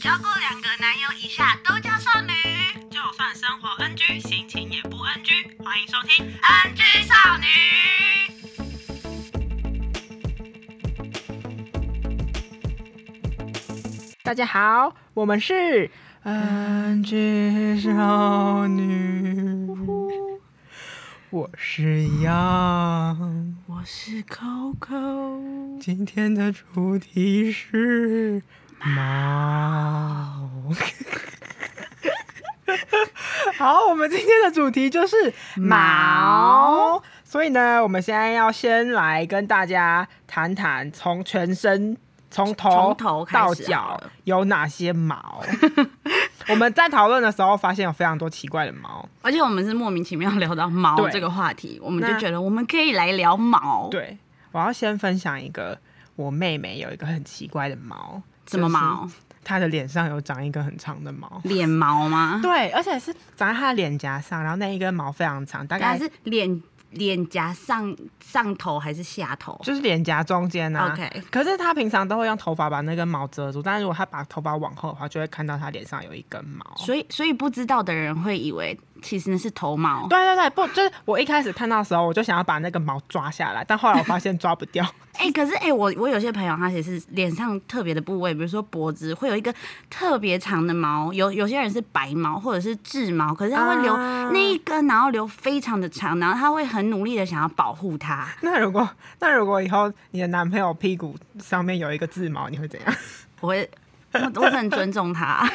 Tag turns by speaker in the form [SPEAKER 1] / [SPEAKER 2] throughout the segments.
[SPEAKER 1] 交过两个男友以下都叫少女。
[SPEAKER 2] 就算生活 NG，心情也不 NG。欢迎收听，
[SPEAKER 1] NG 少女，
[SPEAKER 2] 大家好，我们是 NG 少女，我是杨。
[SPEAKER 1] 我是 Coco。
[SPEAKER 2] 今天的主题是猫。好，我们今天的主题就是毛。所以呢，我们现在要先来跟大家谈谈从全身从头
[SPEAKER 1] 从头开始
[SPEAKER 2] 到
[SPEAKER 1] 好
[SPEAKER 2] 脚
[SPEAKER 1] 了
[SPEAKER 2] 有哪些 毛。我们在讨论的时候发现有非常多奇怪的毛。
[SPEAKER 1] 而且我们是莫名其妙聊到毛
[SPEAKER 2] 对
[SPEAKER 1] 这个话题，我们
[SPEAKER 2] 那
[SPEAKER 1] 就觉得我们可以来聊毛。，
[SPEAKER 2] 对，我要先分享一个，我妹妹有一个很奇怪的毛，
[SPEAKER 1] 怎么
[SPEAKER 2] 就是
[SPEAKER 1] 毛？嗯
[SPEAKER 2] 她的脸上有长一根很长的毛。
[SPEAKER 1] 脸毛吗？
[SPEAKER 2] 对，而且是长在她的脸颊上，然后那一根毛非常长，大概
[SPEAKER 1] 但是脸脸颊上上头还是下头？
[SPEAKER 2] 就是脸颊中间啊。
[SPEAKER 1] OK
[SPEAKER 2] 可是她平常都会用头发把那根毛遮住，但是如果她把头发往后的话，就会看到她脸上有一根毛。
[SPEAKER 1] 所以所以不知道的人会以为其实是头毛。
[SPEAKER 2] 对对对，不就是我一开始看到的时候，我就想要把那个毛抓下来，但后来我发现抓不掉。
[SPEAKER 1] 哎、可是哎、欸我我有些朋友他也是脸上特别的部位，比如说脖子会有一个特别长的毛，有有些人是白毛或者是痣毛，可是他会留
[SPEAKER 2] 啊
[SPEAKER 1] 那一根，然后留非常的长，然后他会很努力的想要保护它。
[SPEAKER 2] 那如果那如果以后你的男朋友屁股上面有一个字毛，你 会怎样？
[SPEAKER 1] 我会，我我是很尊重 他，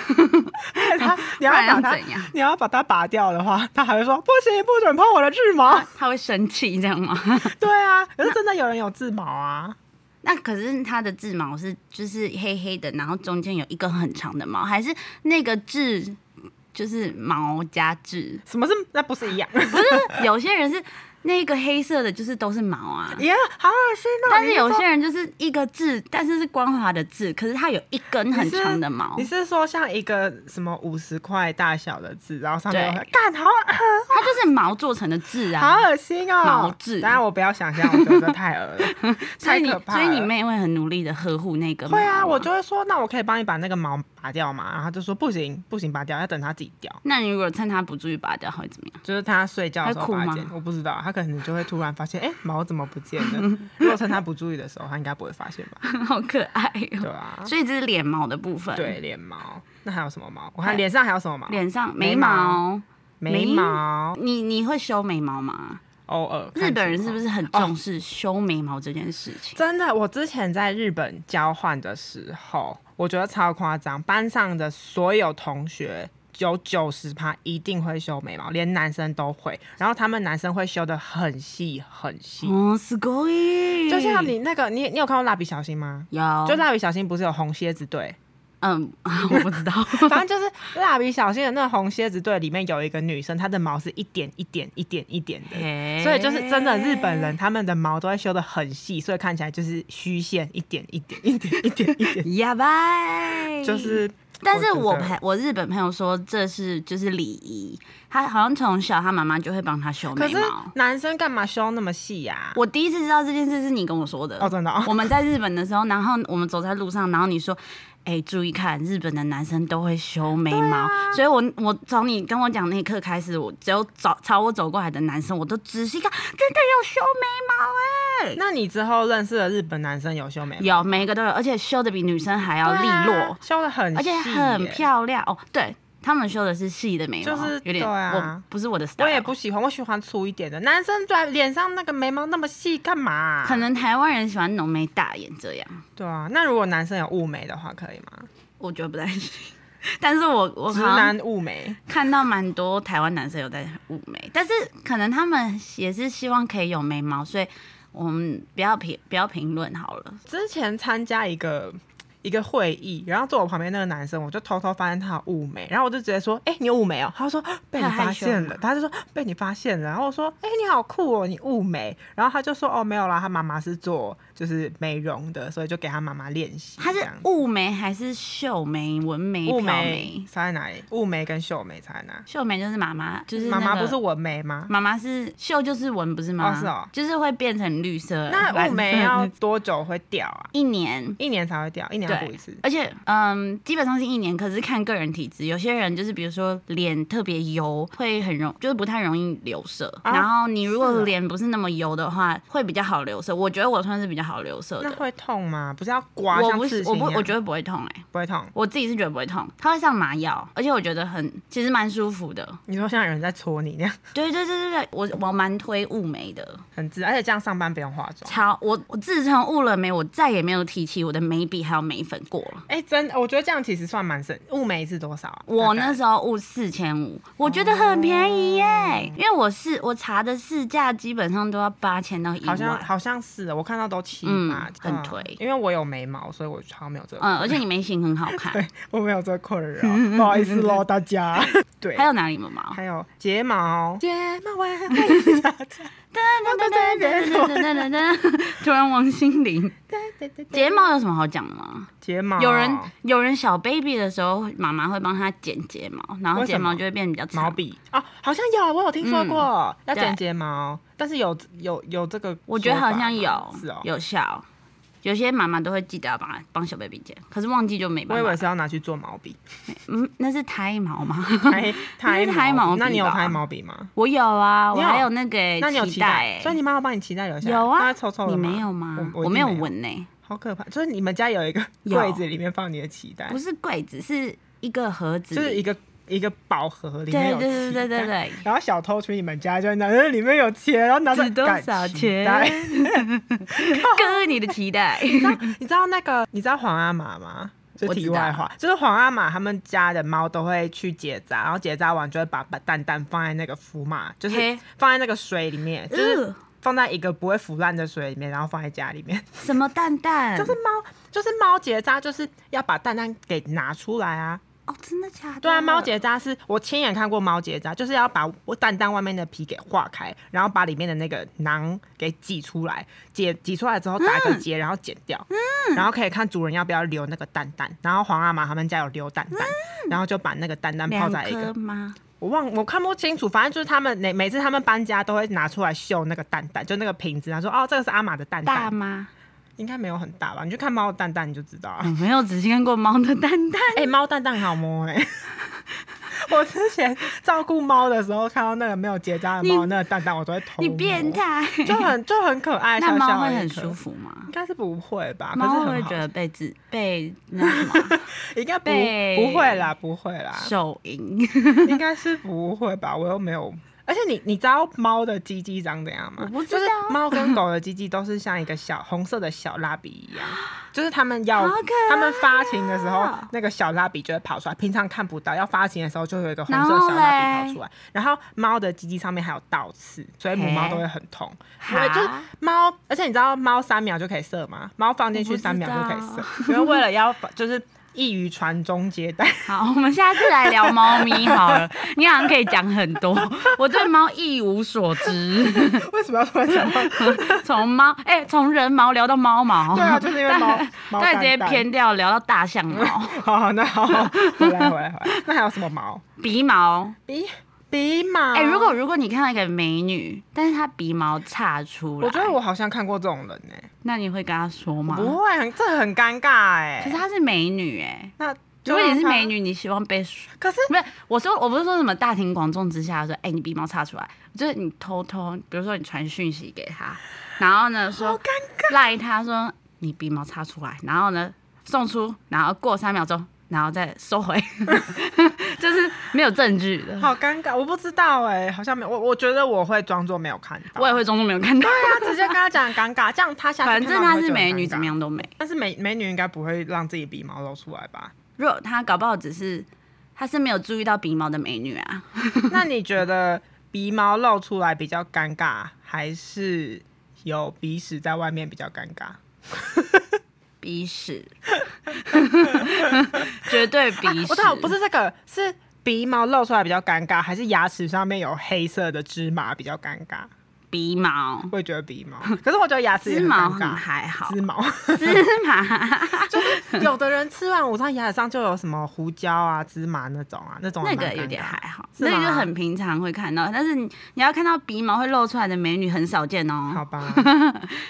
[SPEAKER 2] 他
[SPEAKER 1] 不
[SPEAKER 2] 你要
[SPEAKER 1] 然
[SPEAKER 2] 把
[SPEAKER 1] 要
[SPEAKER 2] 它
[SPEAKER 1] 怎样？
[SPEAKER 2] 你要把它拔掉的话，他还会说不行，不准碰我的痣毛。
[SPEAKER 1] 他会生气这样吗？
[SPEAKER 2] 对啊，可是真的有人有痣毛啊？
[SPEAKER 1] 那可是他的痣毛是就是黑黑的，然后中间有一根很长的毛，还是那个痣就是毛加痣？
[SPEAKER 2] 什么是那不是 一样？
[SPEAKER 1] 不是， 有些人是那个黑色的，就是都是毛啊。
[SPEAKER 2] 耶，好恶心哦！
[SPEAKER 1] 但是有
[SPEAKER 2] 你
[SPEAKER 1] 些人就是一个痣，但是是光滑的痣，可是它有一根很长的毛
[SPEAKER 2] 你，是说像一个什么五十块大小的痣，然后上面
[SPEAKER 1] 对
[SPEAKER 2] 有干好恶
[SPEAKER 1] 它就是毛做成的痣
[SPEAKER 2] 好
[SPEAKER 1] 啊。
[SPEAKER 2] 恶心哦，
[SPEAKER 1] 毛痣
[SPEAKER 2] 当然我不要想象，我觉得太恶了，
[SPEAKER 1] 所
[SPEAKER 2] 太
[SPEAKER 1] 以你
[SPEAKER 2] 可怕
[SPEAKER 1] 所
[SPEAKER 2] 了。
[SPEAKER 1] 以你妹会很努力的呵护那个毛。
[SPEAKER 2] 会啊，我就会说，那我可以帮你把那个毛拔掉嘛？然后他就说不行，不行，拔掉，要等它自己掉。
[SPEAKER 1] 那你如果趁它不注意拔掉，会怎么样？
[SPEAKER 2] 就是他睡觉的时候
[SPEAKER 1] 他
[SPEAKER 2] 发
[SPEAKER 1] 哭吗
[SPEAKER 2] 现，我不知道，他可能就会突然发现，哎、毛怎么不见 了？如果趁他不注意的时候，他应该不会发现吧？
[SPEAKER 1] 好可爱
[SPEAKER 2] 对
[SPEAKER 1] 哦、
[SPEAKER 2] 啊，
[SPEAKER 1] 所以这是脸毛的部分。
[SPEAKER 2] 对，脸毛，那还有什么毛？我看脸上还有什么毛？
[SPEAKER 1] 脸上眉
[SPEAKER 2] 眉毛
[SPEAKER 1] 毛，
[SPEAKER 2] 眉毛，
[SPEAKER 1] 你你会修眉毛吗？
[SPEAKER 2] 偶尔。
[SPEAKER 1] 日本人
[SPEAKER 2] 看情
[SPEAKER 1] 是不
[SPEAKER 2] 况
[SPEAKER 1] 是很重视修眉毛这件事情？
[SPEAKER 2] 真的，我之前在日本交换的时候，我觉得超夸张，班上的所有同学。有九十趴一定会修眉毛，连男生都会。然后他们男生会修的很细很细，
[SPEAKER 1] 哦，すごい。
[SPEAKER 2] 就像你那个，你你有看过蜡笔小新吗？
[SPEAKER 1] 有，
[SPEAKER 2] 就蜡笔小新不是有红蝎子队，
[SPEAKER 1] 嗯， 啊我不知道。
[SPEAKER 2] 反正就是蜡笔小新的那红蝎子队里面有一个女生，她的毛是一点一点一点一点的， 所以就是真的日本人他们的毛都会修的很细，所以看起来就是虚线一点一点一点一点一点，
[SPEAKER 1] 呀拜，
[SPEAKER 2] 就是。
[SPEAKER 1] 但是我
[SPEAKER 2] 觉得
[SPEAKER 1] 朋我日本朋友说这是就是礼仪，他好像从小他妈妈就会帮他修
[SPEAKER 2] 可
[SPEAKER 1] 眉
[SPEAKER 2] 是
[SPEAKER 1] 毛。
[SPEAKER 2] 男生干嘛修那么细呀、
[SPEAKER 1] 我第一次知道这件事是你跟我说的
[SPEAKER 2] 哦，真的、哦，
[SPEAKER 1] 我们在日本的时候，然后我们走在路上，然后你说。哎、注意看，日本的男生都会修眉
[SPEAKER 2] 啊
[SPEAKER 1] 毛，所以我我从你跟我讲那一刻开始，我只有找朝我走过来的男生，我都仔细看，真的有修眉毛哎、
[SPEAKER 2] 那你之后认识的日本男生有修眉毛？
[SPEAKER 1] 有每一个都有，而且修的比女生还要利
[SPEAKER 2] 对
[SPEAKER 1] 落，
[SPEAKER 2] 啊修的很细，
[SPEAKER 1] 而且很。漂亮哦。对他们修的是细的眉毛，
[SPEAKER 2] 就是
[SPEAKER 1] 有点、
[SPEAKER 2] 对啊
[SPEAKER 1] 我不是我的 style，
[SPEAKER 2] 我也不喜欢，我喜欢粗一点的。男生在脸上那个眉毛那么细干嘛啊、
[SPEAKER 1] 可能台湾人喜欢浓眉大眼这样，
[SPEAKER 2] 对啊，那如果男生有雾眉的话，可以吗？
[SPEAKER 1] 我觉得不太行。 但是我我
[SPEAKER 2] 直
[SPEAKER 1] 好像
[SPEAKER 2] 男雾眉，
[SPEAKER 1] 看到蛮多台湾男生有在雾眉，但是可能他们也是希望可以有眉毛，所以我们不要评不要评论好了。
[SPEAKER 2] 之前参加一个一个会议，然后坐我旁边那个男生，我就偷偷发现他有雾眉，然后我就直接说：“哎、你有雾眉哦。”他说啊：“被你
[SPEAKER 1] 他害
[SPEAKER 2] 发
[SPEAKER 1] 羞
[SPEAKER 2] 现了
[SPEAKER 1] 吗。”
[SPEAKER 2] 他就说：“被你发现了。”然后我说：“哎、你好酷哦，你雾眉。”然后他就说：“哦，没有啦，他妈妈是做就是美容的，所以就给他妈妈练习。”
[SPEAKER 1] 他是雾眉还是秀眉、纹眉、
[SPEAKER 2] 雾
[SPEAKER 1] 挑
[SPEAKER 2] 眉
[SPEAKER 1] 眉？
[SPEAKER 2] 差在哪里？雾眉跟秀眉差在哪？
[SPEAKER 1] 秀眉就是妈妈，就是
[SPEAKER 2] 妈
[SPEAKER 1] 那
[SPEAKER 2] 妈
[SPEAKER 1] 个
[SPEAKER 2] 不是纹眉吗？
[SPEAKER 1] 妈妈是秀就是纹，不是吗？
[SPEAKER 2] 哦是哦
[SPEAKER 1] 就是会变成绿色。
[SPEAKER 2] 那雾眉
[SPEAKER 1] 嗯蓝色
[SPEAKER 2] 要多久会掉啊？
[SPEAKER 1] 一年。
[SPEAKER 2] 一年才会掉，一年补一次。
[SPEAKER 1] 而且，嗯，基本上是一年，可是看个人体质，有些人就是比如说脸特别油，会很容，就是不太容易留色。
[SPEAKER 2] 啊
[SPEAKER 1] 然后你如
[SPEAKER 2] 是
[SPEAKER 1] 果
[SPEAKER 2] 哦
[SPEAKER 1] 脸不是那么油的话，会比较好留色。我觉得我算是比较好留色
[SPEAKER 2] 那
[SPEAKER 1] 的。
[SPEAKER 2] 会痛吗？不是要刮
[SPEAKER 1] 我
[SPEAKER 2] 像
[SPEAKER 1] 不
[SPEAKER 2] 刺
[SPEAKER 1] 是，
[SPEAKER 2] 青
[SPEAKER 1] 我不，
[SPEAKER 2] 一样
[SPEAKER 1] 我觉得不会痛哎、
[SPEAKER 2] 不会痛。
[SPEAKER 1] 我自己是觉得不会痛，它会上麻药，而且我觉得很，其实蛮舒服的。
[SPEAKER 2] 你说像有人在戳你那样，
[SPEAKER 1] 对对对对对，我我蛮推雾眉的，
[SPEAKER 2] 很自然，而且这样上班不用化妆。
[SPEAKER 1] 超我我自从雾了眉，我再也没有提起我的眉笔还有眉粉过了。
[SPEAKER 2] 哎、真的，我觉得这样其实算蛮省。雾眉是多少啊？
[SPEAKER 1] 我
[SPEAKER 2] 大
[SPEAKER 1] 那
[SPEAKER 2] 概
[SPEAKER 1] 时候雾四千五，我觉得很便宜耶，
[SPEAKER 2] 哦
[SPEAKER 1] 因为我是我查的市价基本上都要八千到一
[SPEAKER 2] 好像
[SPEAKER 1] 万，
[SPEAKER 2] 好像是啊的，我看到都七
[SPEAKER 1] 嗯
[SPEAKER 2] 八、对啊
[SPEAKER 1] 很颓
[SPEAKER 2] 因为我有眉毛，所以我好像没有这个，
[SPEAKER 1] 嗯，而且你眉形很好看，
[SPEAKER 2] 我没有这个困扰， 不好意思喽，大家。对
[SPEAKER 1] 还，有哪里眉 毛？
[SPEAKER 2] 还有睫毛，睫毛弯，
[SPEAKER 1] 啊突然王心凌，
[SPEAKER 2] 睫
[SPEAKER 1] 睫毛有什么好讲的吗？
[SPEAKER 2] 睫毛，
[SPEAKER 1] 有人有人小 baby 的时候，妈妈会帮他剪睫毛，然后
[SPEAKER 2] 为什
[SPEAKER 1] 睫毛
[SPEAKER 2] 么
[SPEAKER 1] 就会变比较
[SPEAKER 2] 毛
[SPEAKER 1] 长。
[SPEAKER 2] 笔啊，好像有，我有听说过、要
[SPEAKER 1] 嗯对
[SPEAKER 2] 剪睫毛，但是有有有这个，
[SPEAKER 1] 我觉得好像有
[SPEAKER 2] 是哦，
[SPEAKER 1] 有效，有些妈妈都会记得要帮她帮小 baby 剪，可是忘记就没
[SPEAKER 2] 我以
[SPEAKER 1] 办
[SPEAKER 2] 为
[SPEAKER 1] 法。
[SPEAKER 2] 是要拿去做毛笔，
[SPEAKER 1] 嗯，那是胎毛吗？
[SPEAKER 2] 胎
[SPEAKER 1] 那是
[SPEAKER 2] 胎
[SPEAKER 1] 胎
[SPEAKER 2] 毛
[SPEAKER 1] 毛
[SPEAKER 2] 笔，那你有
[SPEAKER 1] 吧
[SPEAKER 2] 胎毛笔吗？
[SPEAKER 1] 我有啊，
[SPEAKER 2] 你
[SPEAKER 1] 我
[SPEAKER 2] 有
[SPEAKER 1] 还有那个欸
[SPEAKER 2] 那你有
[SPEAKER 1] 脐
[SPEAKER 2] 脐
[SPEAKER 1] 带
[SPEAKER 2] 带，
[SPEAKER 1] 欸，
[SPEAKER 2] 所以你妈妈帮你脐带留下来，
[SPEAKER 1] 有啊
[SPEAKER 2] 那抽抽了
[SPEAKER 1] 你没有吗？
[SPEAKER 2] 我
[SPEAKER 1] 我
[SPEAKER 2] 一定
[SPEAKER 1] 没
[SPEAKER 2] 没
[SPEAKER 1] 有
[SPEAKER 2] 有哎
[SPEAKER 1] 闻呢，
[SPEAKER 2] 好可怕！就是你们家有一个
[SPEAKER 1] 有
[SPEAKER 2] 柜子，里面放你的脐带
[SPEAKER 1] 不，是柜子，是一个盒子
[SPEAKER 2] 就
[SPEAKER 1] 里，
[SPEAKER 2] 是一个一个宝盒，里面
[SPEAKER 1] 对对
[SPEAKER 2] 有
[SPEAKER 1] 对对对
[SPEAKER 2] 脐带。
[SPEAKER 1] 对，
[SPEAKER 2] 然后小偷去你们家，就会拿呃着里面有钱，然后拿着
[SPEAKER 1] 值多
[SPEAKER 2] 干
[SPEAKER 1] 少
[SPEAKER 2] 脐
[SPEAKER 1] 钱
[SPEAKER 2] 带
[SPEAKER 1] 割你的脐 带，
[SPEAKER 2] 你知道那个你知道皇阿玛吗？就
[SPEAKER 1] 我
[SPEAKER 2] 题
[SPEAKER 1] 知
[SPEAKER 2] 外话，就是皇阿玛他们家的猫都会去结扎，然后结扎完就会把把蛋蛋放在那个福马，就是
[SPEAKER 1] 嘿
[SPEAKER 2] 放在那个水里面，就是
[SPEAKER 1] 呃
[SPEAKER 2] 放在一个不会腐烂的水里面，然后放在家里面。
[SPEAKER 1] 什么蛋蛋？
[SPEAKER 2] 就是猫，就是猫结扎，就是要把蛋蛋给拿出来啊。
[SPEAKER 1] 哦，真的假的？
[SPEAKER 2] 对啊，猫结扎是我亲眼看过猫结扎，就是要把我蛋蛋外面的皮给化开，然后把里面的那个囊给挤出来，解挤出来之后打个结，然后剪掉，
[SPEAKER 1] 嗯
[SPEAKER 2] 然后可以看主人要不要留那个蛋蛋。然后皇阿玛他们家有留蛋蛋，然后就把那个蛋蛋泡
[SPEAKER 1] 嗯两
[SPEAKER 2] 在一个
[SPEAKER 1] 颗吗？
[SPEAKER 2] 我忘我看不清楚，反正就是他们每每次他们搬家都会拿出来秀那个蛋蛋，就那个瓶子，他说哦这个是阿玛的蛋
[SPEAKER 1] 大
[SPEAKER 2] 蛋，
[SPEAKER 1] 吗？
[SPEAKER 2] 应该没有很大吧？你去看猫的蛋蛋你就知道啊。
[SPEAKER 1] 我没有仔细看过猫的蛋蛋，
[SPEAKER 2] 哎、猫蛋蛋好摸哎、 我之前照顾猫的时候，看到那个没有结扎的猫，
[SPEAKER 1] 你
[SPEAKER 2] 那个蛋蛋我都会偷摸
[SPEAKER 1] 你变，态。
[SPEAKER 2] 就很就很可 爱。
[SPEAKER 1] 那
[SPEAKER 2] 小
[SPEAKER 1] 猫
[SPEAKER 2] 小
[SPEAKER 1] 会
[SPEAKER 2] 的一
[SPEAKER 1] 很
[SPEAKER 2] 颗
[SPEAKER 1] 舒，服吗
[SPEAKER 2] 应？该是不会吧？可是
[SPEAKER 1] 猫会不
[SPEAKER 2] 很
[SPEAKER 1] 会
[SPEAKER 2] 好
[SPEAKER 1] 觉得被自被那什 么
[SPEAKER 2] 应该不
[SPEAKER 1] 被
[SPEAKER 2] 不会啦，不会啦，
[SPEAKER 1] 手淫？
[SPEAKER 2] 应该是不会吧？我又没有。而且你你知道猫的鸡鸡长怎样吗？
[SPEAKER 1] 我不知
[SPEAKER 2] 就是
[SPEAKER 1] 道
[SPEAKER 2] 猫跟狗的鸡鸡都是像一个小红色的小蜡笔一样，就是它们要
[SPEAKER 1] 好可
[SPEAKER 2] 它们发情的时候
[SPEAKER 1] 爱哦，
[SPEAKER 2] 那个小蜡笔就会跑出来，平常看不到，要发情的时候就会有一个红
[SPEAKER 1] 然
[SPEAKER 2] 色
[SPEAKER 1] 后
[SPEAKER 2] 小蜡笔
[SPEAKER 1] 嘞
[SPEAKER 2] 跑出来。然后猫的鸡鸡上面还有倒刺，所以母猫都会很痛。因为
[SPEAKER 1] 哈
[SPEAKER 2] 就是猫，而且你知道猫三秒就可以射吗？猫放进去
[SPEAKER 1] 我不知
[SPEAKER 2] 三秒就可以
[SPEAKER 1] 道
[SPEAKER 2] 射，因为为了要就是易于传宗接代。
[SPEAKER 1] 好，我们下次来聊猫咪好了。你好像可以讲很多，我对猫一无所知。
[SPEAKER 2] 为什么要突然想到
[SPEAKER 1] 从猫，哎、从人毛聊到猫毛，
[SPEAKER 2] 对啊，就是因为猫猫
[SPEAKER 1] 对，
[SPEAKER 2] 蛋
[SPEAKER 1] 直接
[SPEAKER 2] 蛋。
[SPEAKER 1] 偏掉聊到大象 毛、
[SPEAKER 2] 好好，那好，回来回来回来。那还有什么毛？
[SPEAKER 1] 鼻毛。
[SPEAKER 2] 鼻鼻毛。
[SPEAKER 1] 哎、如果如果你看到一个美女，但是她鼻毛岔出来，
[SPEAKER 2] 我觉得我好像看过这种人呢、
[SPEAKER 1] 那你会跟她说吗？
[SPEAKER 2] 不会，很这很尴尬
[SPEAKER 1] 啊
[SPEAKER 2] 哎、
[SPEAKER 1] 可是她是美女哎、
[SPEAKER 2] 那
[SPEAKER 1] 如
[SPEAKER 2] 就
[SPEAKER 1] 果
[SPEAKER 2] 让
[SPEAKER 1] 你是
[SPEAKER 2] 他
[SPEAKER 1] 美，女，你希望被
[SPEAKER 2] 可是
[SPEAKER 1] 不是，我说我不是说什么大庭广众之下说，哎、你鼻毛插出来，就是你偷偷，比如说你传讯息给他，然后呢
[SPEAKER 2] 好
[SPEAKER 1] 说
[SPEAKER 2] 尴尬。
[SPEAKER 1] 赖他说你鼻毛插出来，然后呢送出，然后过三秒钟，然后再收回， 就是没有证据的。
[SPEAKER 2] 好尴尬，我不知道哎、好像没有，我我觉得我会装作没有看到。
[SPEAKER 1] 我也会装作没有看到，
[SPEAKER 2] 对啊，直接跟他讲很尴尬，这样他下次
[SPEAKER 1] 反
[SPEAKER 2] 看
[SPEAKER 1] 正
[SPEAKER 2] 到你
[SPEAKER 1] 她
[SPEAKER 2] 会
[SPEAKER 1] 是
[SPEAKER 2] 觉得很
[SPEAKER 1] 美女，
[SPEAKER 2] 尴
[SPEAKER 1] 怎么
[SPEAKER 2] 尬？
[SPEAKER 1] 样都美。
[SPEAKER 2] 但是美美女应该不会让自己鼻毛露出来吧？
[SPEAKER 1] 如果她搞不好只是她是没有注意到鼻毛的美女啊，
[SPEAKER 2] 那你觉得鼻毛露出来比较尴尬，还是有鼻屎在外面比较尴尬？
[SPEAKER 1] 鼻屎， 绝对鼻屎。
[SPEAKER 2] 我操，不是这个，是鼻毛露出来比较尴尬，还是牙齿上面有黑色的芝麻比较尴尬？
[SPEAKER 1] 鼻毛、
[SPEAKER 2] 我也觉得鼻毛，可是我觉得牙齿也
[SPEAKER 1] 织
[SPEAKER 2] 很
[SPEAKER 1] 毛
[SPEAKER 2] 尴
[SPEAKER 1] 很
[SPEAKER 2] 尬。
[SPEAKER 1] 还好，
[SPEAKER 2] 织毛，
[SPEAKER 1] 芝麻
[SPEAKER 2] 有的人吃完午餐牙齿上就有什么胡椒啊、芝麻那种啊，那种
[SPEAKER 1] 那
[SPEAKER 2] 也
[SPEAKER 1] 个
[SPEAKER 2] 蛮尴
[SPEAKER 1] 有点
[SPEAKER 2] 尬
[SPEAKER 1] 还好，
[SPEAKER 2] 是
[SPEAKER 1] 那个
[SPEAKER 2] 吗
[SPEAKER 1] 就很平常会看到，但是你你要看到鼻毛会露出来的美女很少见
[SPEAKER 2] 好
[SPEAKER 1] 哦，
[SPEAKER 2] 吧，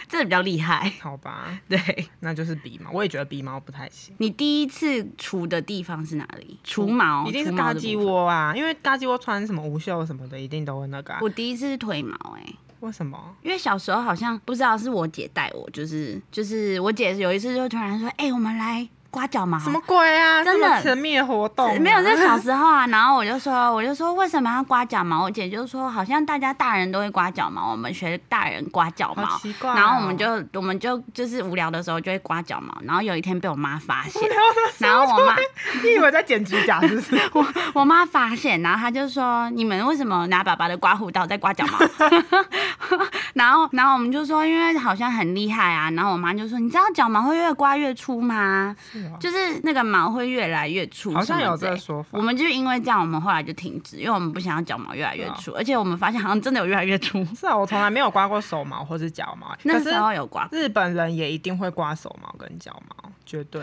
[SPEAKER 1] 这比较厉害。
[SPEAKER 2] 好吧，
[SPEAKER 1] 对
[SPEAKER 2] 那就是鼻毛，我也觉得鼻毛不太行。
[SPEAKER 1] 你第一次除的地方是哪里？除毛，
[SPEAKER 2] 嗯一定是
[SPEAKER 1] 除毛
[SPEAKER 2] 嘎
[SPEAKER 1] 的
[SPEAKER 2] 鸡
[SPEAKER 1] 部分。
[SPEAKER 2] 窝啊，因为嘎鸡窝穿什么无袖什么的，一定都会那个、啊。
[SPEAKER 1] 我第一次是腿毛、欸，哎，
[SPEAKER 2] 为什么？
[SPEAKER 1] 因为小时候好像不知道是我姐带我，就是就是我姐有一次就突然说，哎、我们来刮脚毛，
[SPEAKER 2] 什么鬼啊？
[SPEAKER 1] 真
[SPEAKER 2] 这么
[SPEAKER 1] 的
[SPEAKER 2] 神秘的活动、啊
[SPEAKER 1] 没有，在小时候啊，然后我就说，我就说为什么要刮脚毛？我姐就说，好像大家大人都会刮脚毛，我们学大人刮脚毛
[SPEAKER 2] 好。奇怪哦、
[SPEAKER 1] 然后我们就我们就就是无聊的时候就会刮脚毛，然后有一天被我妈发 现，然后我妈
[SPEAKER 2] 你以为在剪指甲是不是？
[SPEAKER 1] 我妈发现，然后她就说你们为什么拿爸爸的刮胡刀在刮脚毛？ 然后然后我们就说因为好像很厉害啊，然后我妈就说你知道脚毛会越刮越粗吗？
[SPEAKER 2] 是哦
[SPEAKER 1] 就是那个毛会越来越粗，
[SPEAKER 2] 好像有这
[SPEAKER 1] 这
[SPEAKER 2] 个。说法
[SPEAKER 1] 我。们就因为这样，我们后来就停止，因为我们不想要脚毛越来越
[SPEAKER 2] 对啊
[SPEAKER 1] 粗，而且我们发现好像真的有越来越粗。
[SPEAKER 2] 是啊，我从来没有刮过手毛或是脚毛，
[SPEAKER 1] 那
[SPEAKER 2] 可是
[SPEAKER 1] 时候有刮
[SPEAKER 2] 日本人也一定会刮手毛跟脚毛，绝对。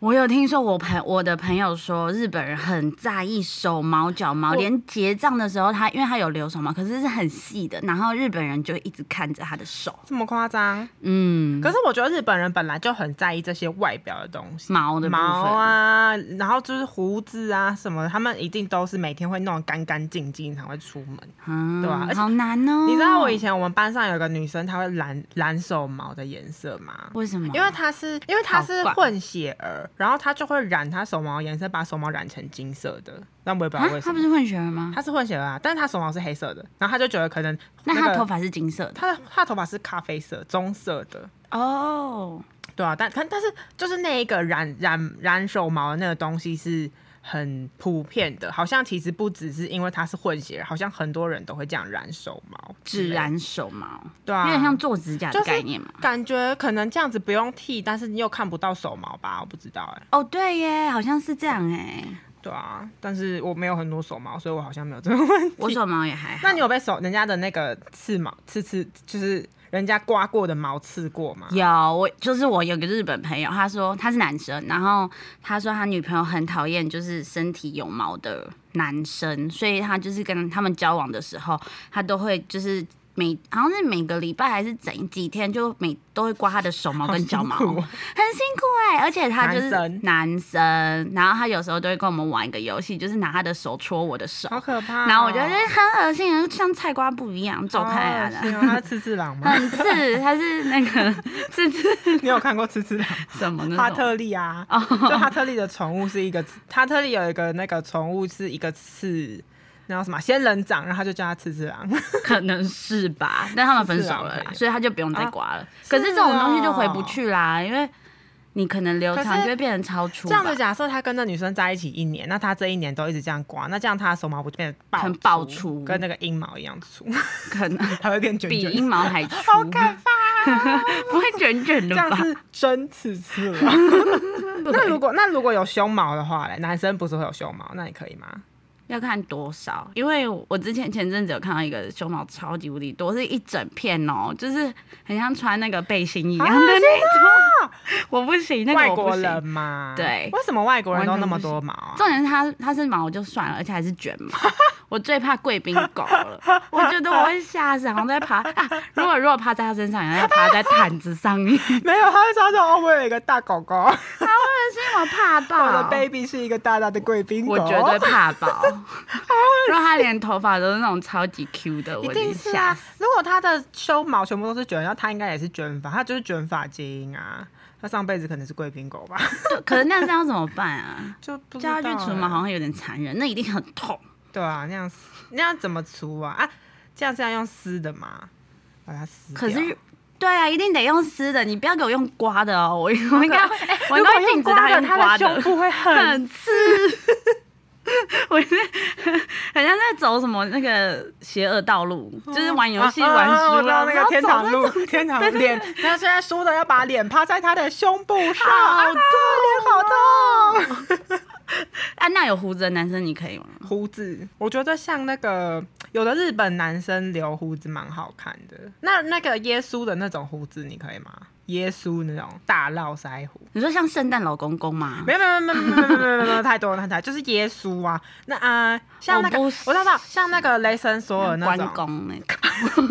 [SPEAKER 1] 我有听说我朋我的朋友说，日本人很在意手毛脚毛，
[SPEAKER 2] 我
[SPEAKER 1] 连结账的时候他，因为他有留手毛，可是是很细的，然后日本人就会一直看着他的手，
[SPEAKER 2] 这么夸张？
[SPEAKER 1] 嗯，
[SPEAKER 2] 可是我觉得日本人本来就很在意这些外表的东西，
[SPEAKER 1] 毛的部分
[SPEAKER 2] 毛啊，然后就是胡子啊什么的，他们一定都是每天会弄得干干净净才会出门。
[SPEAKER 1] 嗯，
[SPEAKER 2] 对啊而且
[SPEAKER 1] 好难哦。
[SPEAKER 2] 你知道我以前我们班上有个女生，她会染染手毛的颜色吗？
[SPEAKER 1] 为什么？啊
[SPEAKER 2] 因为她是因为她是
[SPEAKER 1] 好怪
[SPEAKER 2] 混血儿，然后她就会染她手毛颜色，把手毛染成金色的。那我也不知道
[SPEAKER 1] 啊
[SPEAKER 2] 为，什
[SPEAKER 1] 他
[SPEAKER 2] 么
[SPEAKER 1] 不。是混血儿吗？
[SPEAKER 2] 他是混血儿啊，但是他手毛是黑色的，然后他就觉得可能
[SPEAKER 1] 那
[SPEAKER 2] 个
[SPEAKER 1] 他头发是金色的
[SPEAKER 2] 他的他的头发是咖啡色、棕色的，
[SPEAKER 1] 哦，
[SPEAKER 2] 对啊，但但但是就是那一个染染染手毛的那个东西是很普遍的，好像其实不只是因为他是混血儿，好像很多人都会这样染手毛之
[SPEAKER 1] 只
[SPEAKER 2] 类的，
[SPEAKER 1] 染手毛，
[SPEAKER 2] 对
[SPEAKER 1] 有
[SPEAKER 2] 啊，
[SPEAKER 1] 点像做指甲的
[SPEAKER 2] 就是
[SPEAKER 1] 概念嘛。
[SPEAKER 2] 感觉可能这样子不用剃，但是你又看不到手毛吧？我不知道哎、
[SPEAKER 1] 哦，对耶，好像是这样 哎，
[SPEAKER 2] 对啊，但是我没有很多手毛，所以我好像没有这个问题。
[SPEAKER 1] 我手毛也还好。
[SPEAKER 2] 那你有被手人家的那个刺毛刺刺，就是人家刮过的毛刺过吗？
[SPEAKER 1] 有，我就是我有个日本朋友，他说他是男生，然后他说他女朋友很讨厌就是身体有毛的男生，所以他就是跟他们交往的时候，他都会就是每好像是每个礼拜还是怎几天，就每都会刮他的手毛
[SPEAKER 2] 好
[SPEAKER 1] 跟
[SPEAKER 2] 辛
[SPEAKER 1] 脚毛，
[SPEAKER 2] 苦
[SPEAKER 1] 很
[SPEAKER 2] 哦
[SPEAKER 1] 辛苦哎、而且他就是
[SPEAKER 2] 男生
[SPEAKER 1] 男生，然后他有时候都会跟我们玩一个游戏，就是拿他的手戳我的手，
[SPEAKER 2] 好可怕哦、
[SPEAKER 1] 然后我就觉得很恶心，像菜瓜布一样，走开啊！
[SPEAKER 2] 好恶心哦他是次次郎 吗？
[SPEAKER 1] 很刺，他是那 个刺刺
[SPEAKER 2] 你有看过 次次郎吗？
[SPEAKER 1] 什么那
[SPEAKER 2] 哈
[SPEAKER 1] 种
[SPEAKER 2] 特利啊，
[SPEAKER 1] 哦
[SPEAKER 2] 就哈特利的宠物是一个，哈特利有一个那个宠物是一个刺，然后什么仙人掌，然后他就叫他次次郎。
[SPEAKER 1] 可能是吧， 但他们分手
[SPEAKER 2] 是
[SPEAKER 1] 了
[SPEAKER 2] 啊
[SPEAKER 1] 啦，
[SPEAKER 2] 对
[SPEAKER 1] 所以他就不用再刮了。
[SPEAKER 2] 是
[SPEAKER 1] 可
[SPEAKER 2] 哦
[SPEAKER 1] 是这种东西就回不去啦，因为你可能留
[SPEAKER 2] 啊可
[SPEAKER 1] 长
[SPEAKER 2] 是
[SPEAKER 1] 就会变成超粗
[SPEAKER 2] 这样
[SPEAKER 1] 吧
[SPEAKER 2] 的，假设他跟这女生在一起一年，那他这一年都一直这样刮，那这样他的手毛不就变得爆
[SPEAKER 1] 很爆粗
[SPEAKER 2] 跟那个阴毛一样粗，
[SPEAKER 1] 可能
[SPEAKER 2] 还会变卷
[SPEAKER 1] 比
[SPEAKER 2] 卷
[SPEAKER 1] 阴
[SPEAKER 2] 的。
[SPEAKER 1] 毛还粗，
[SPEAKER 2] 好可怕！
[SPEAKER 1] 不会卷卷
[SPEAKER 2] 这
[SPEAKER 1] 的
[SPEAKER 2] 样
[SPEAKER 1] 吧？
[SPEAKER 2] 是真刺刺 郎。那如果那如果有胸毛的话嘞，男生不是会有胸毛，那你可以 吗？
[SPEAKER 1] 要看多少，因为我之前前阵子有看到一个胸毛超级无敌多，是一整片哦，就是很像穿那个背心一
[SPEAKER 2] 啊
[SPEAKER 1] 样的那种。我不行，那
[SPEAKER 2] 外
[SPEAKER 1] 个我
[SPEAKER 2] 国
[SPEAKER 1] 不行
[SPEAKER 2] 人。嘛，
[SPEAKER 1] 对
[SPEAKER 2] 为什么外国人都那么多毛啊？
[SPEAKER 1] 重点是它它是毛就算了，而且还是卷毛。我最怕贵宾狗了，我觉得我会吓死，好像在爬啊！如果如果趴在它身上，然后要爬在毯子上面，
[SPEAKER 2] 没有，他会说说哦，我有一个大狗狗，
[SPEAKER 1] 所以我怕爆。
[SPEAKER 2] 我的 baby 是一个大大的贵宾狗，
[SPEAKER 1] 我绝对怕爆。如果它连头发都是那种超级 Q 的，
[SPEAKER 2] 一
[SPEAKER 1] 我
[SPEAKER 2] 定是
[SPEAKER 1] 吓
[SPEAKER 2] 啊。如果他的胸毛全部都是卷，那他应该也是卷发，他就是卷发基因啊。他上辈子可能是贵宾狗吧，
[SPEAKER 1] 对可是那这样怎么办 啊？
[SPEAKER 2] 就不知道
[SPEAKER 1] 叫它
[SPEAKER 2] 欸
[SPEAKER 1] 去除毛好像有点残忍，那一定很痛。
[SPEAKER 2] 对啊，那样那样怎么除啊？啊，这样是要用撕的嘛，把它撕掉。
[SPEAKER 1] 可是。对啊，一定得用撕的，你不要给我用刮的哦！我我应该，我应
[SPEAKER 2] 哎
[SPEAKER 1] 该
[SPEAKER 2] 如果
[SPEAKER 1] 禁
[SPEAKER 2] 用
[SPEAKER 1] 止它
[SPEAKER 2] 刮的，
[SPEAKER 1] 用
[SPEAKER 2] 他
[SPEAKER 1] 刮
[SPEAKER 2] 的胸部会很
[SPEAKER 1] 很 刺。我是很像在走什么那个邪恶道路，就是玩游戏、
[SPEAKER 2] 啊啊
[SPEAKER 1] 玩
[SPEAKER 2] 啊我
[SPEAKER 1] 输
[SPEAKER 2] 知
[SPEAKER 1] 了、
[SPEAKER 2] 道那
[SPEAKER 1] 然
[SPEAKER 2] 个
[SPEAKER 1] 后
[SPEAKER 2] 天堂
[SPEAKER 1] 走
[SPEAKER 2] 路，天堂路脸，他现在输的要把脸趴在他的胸部上，啊，
[SPEAKER 1] 好
[SPEAKER 2] 脸好痛。
[SPEAKER 1] 啊，那有胡子的男生你可以吗？
[SPEAKER 2] 胡子，我觉得像那个有的日本男生留胡子蛮好看的。那那个耶稣的那种胡子，你可以吗？耶稣那种大络腮胡，
[SPEAKER 1] 你说像圣诞老公公嘛？
[SPEAKER 2] 没有没有没有没有没有没有没有没有太多了太多了，就是耶稣啊。那啊、呃像那个
[SPEAKER 1] 我
[SPEAKER 2] 我
[SPEAKER 1] 不
[SPEAKER 2] 知道知道，像那个雷神索尔那
[SPEAKER 1] 关
[SPEAKER 2] 种，
[SPEAKER 1] 公那个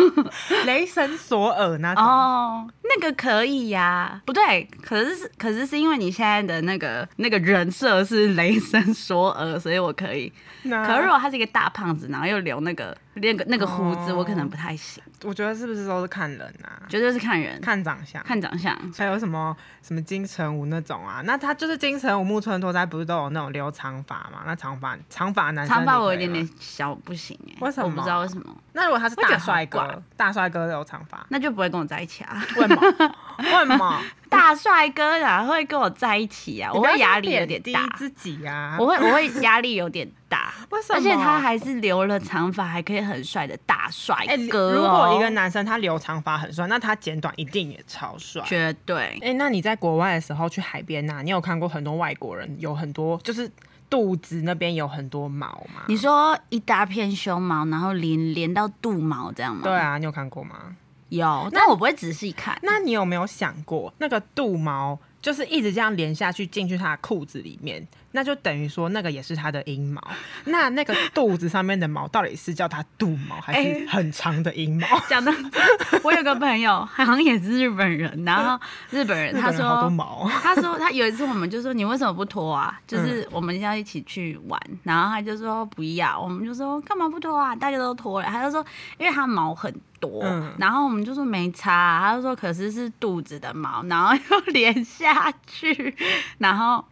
[SPEAKER 2] 雷神索尔那种。
[SPEAKER 1] 哦，那个可以呀、不对，可是是可是是因为你现在的那个那个人设是雷神索尔，所以我可以。
[SPEAKER 2] 那
[SPEAKER 1] 可是如果他是一个大胖子，然后又留那个那个那个胡子，
[SPEAKER 2] 哦
[SPEAKER 1] 我可能不太行，
[SPEAKER 2] 我觉得是不是都是看人啊？
[SPEAKER 1] 绝对是看人
[SPEAKER 2] 看长相。
[SPEAKER 1] 看长相。
[SPEAKER 2] 还有什么什么金城武那种啊？那他就是金城武、木村拓哉，不是都有那种留长发嘛？那长发长发男生，
[SPEAKER 1] 长发我有点点。小不行哎、
[SPEAKER 2] 为什么
[SPEAKER 1] 我不知道为什么，
[SPEAKER 2] 那如果他是
[SPEAKER 1] 我觉
[SPEAKER 2] 大
[SPEAKER 1] 得好
[SPEAKER 2] 帅
[SPEAKER 1] 怪
[SPEAKER 2] 哥，大帅哥留长发，
[SPEAKER 1] 那就不会跟我在一起 啊。
[SPEAKER 2] 为什么？为什么？
[SPEAKER 1] 大帅哥哪会跟我在一起啊？
[SPEAKER 2] 你
[SPEAKER 1] 我
[SPEAKER 2] 不要
[SPEAKER 1] 会压
[SPEAKER 2] 这样
[SPEAKER 1] 力有点
[SPEAKER 2] 贬低
[SPEAKER 1] 大，
[SPEAKER 2] 自己呀、
[SPEAKER 1] 我会我会压力有点大。
[SPEAKER 2] 为什么？
[SPEAKER 1] 而且他还是留了长发，还可以很帅的大帅
[SPEAKER 2] 哎、
[SPEAKER 1] 哥、哦
[SPEAKER 2] 如果一个男生他留长发很帅，那他剪短一定也超帅。
[SPEAKER 1] 绝对
[SPEAKER 2] 哎、那你在国外的时候去海边呐、啊你有看过很多外国人有很多就是肚子那边有很多毛吗？
[SPEAKER 1] 你说一大片胸毛，然后连连到肚毛这样吗？
[SPEAKER 2] 对，啊，你有看过吗？
[SPEAKER 1] 有，但我不会仔细看。
[SPEAKER 2] 那你有没有想过，那个肚毛就是一直这样连下去进去他的裤子里面，那就等于说那个也是他的阴毛。那那个肚子上面的毛到底是叫它肚毛，还是
[SPEAKER 1] 哎
[SPEAKER 2] 很长的阴毛？
[SPEAKER 1] 讲到我有个朋友，好像也是日本人，然后日本人
[SPEAKER 2] 日
[SPEAKER 1] 他
[SPEAKER 2] 本人好多
[SPEAKER 1] 说。
[SPEAKER 2] 毛哦，
[SPEAKER 1] 他说他有一次我们就说你为什么不脱啊？
[SPEAKER 2] 嗯
[SPEAKER 1] 就是我们要一起去玩，然后他就说不要，我们就说干嘛不脱啊？大家都脱了，他就说因为他毛很多，
[SPEAKER 2] 嗯
[SPEAKER 1] 然后我们就说没差啊、他就说可是是肚子的毛，然后又连下去，然后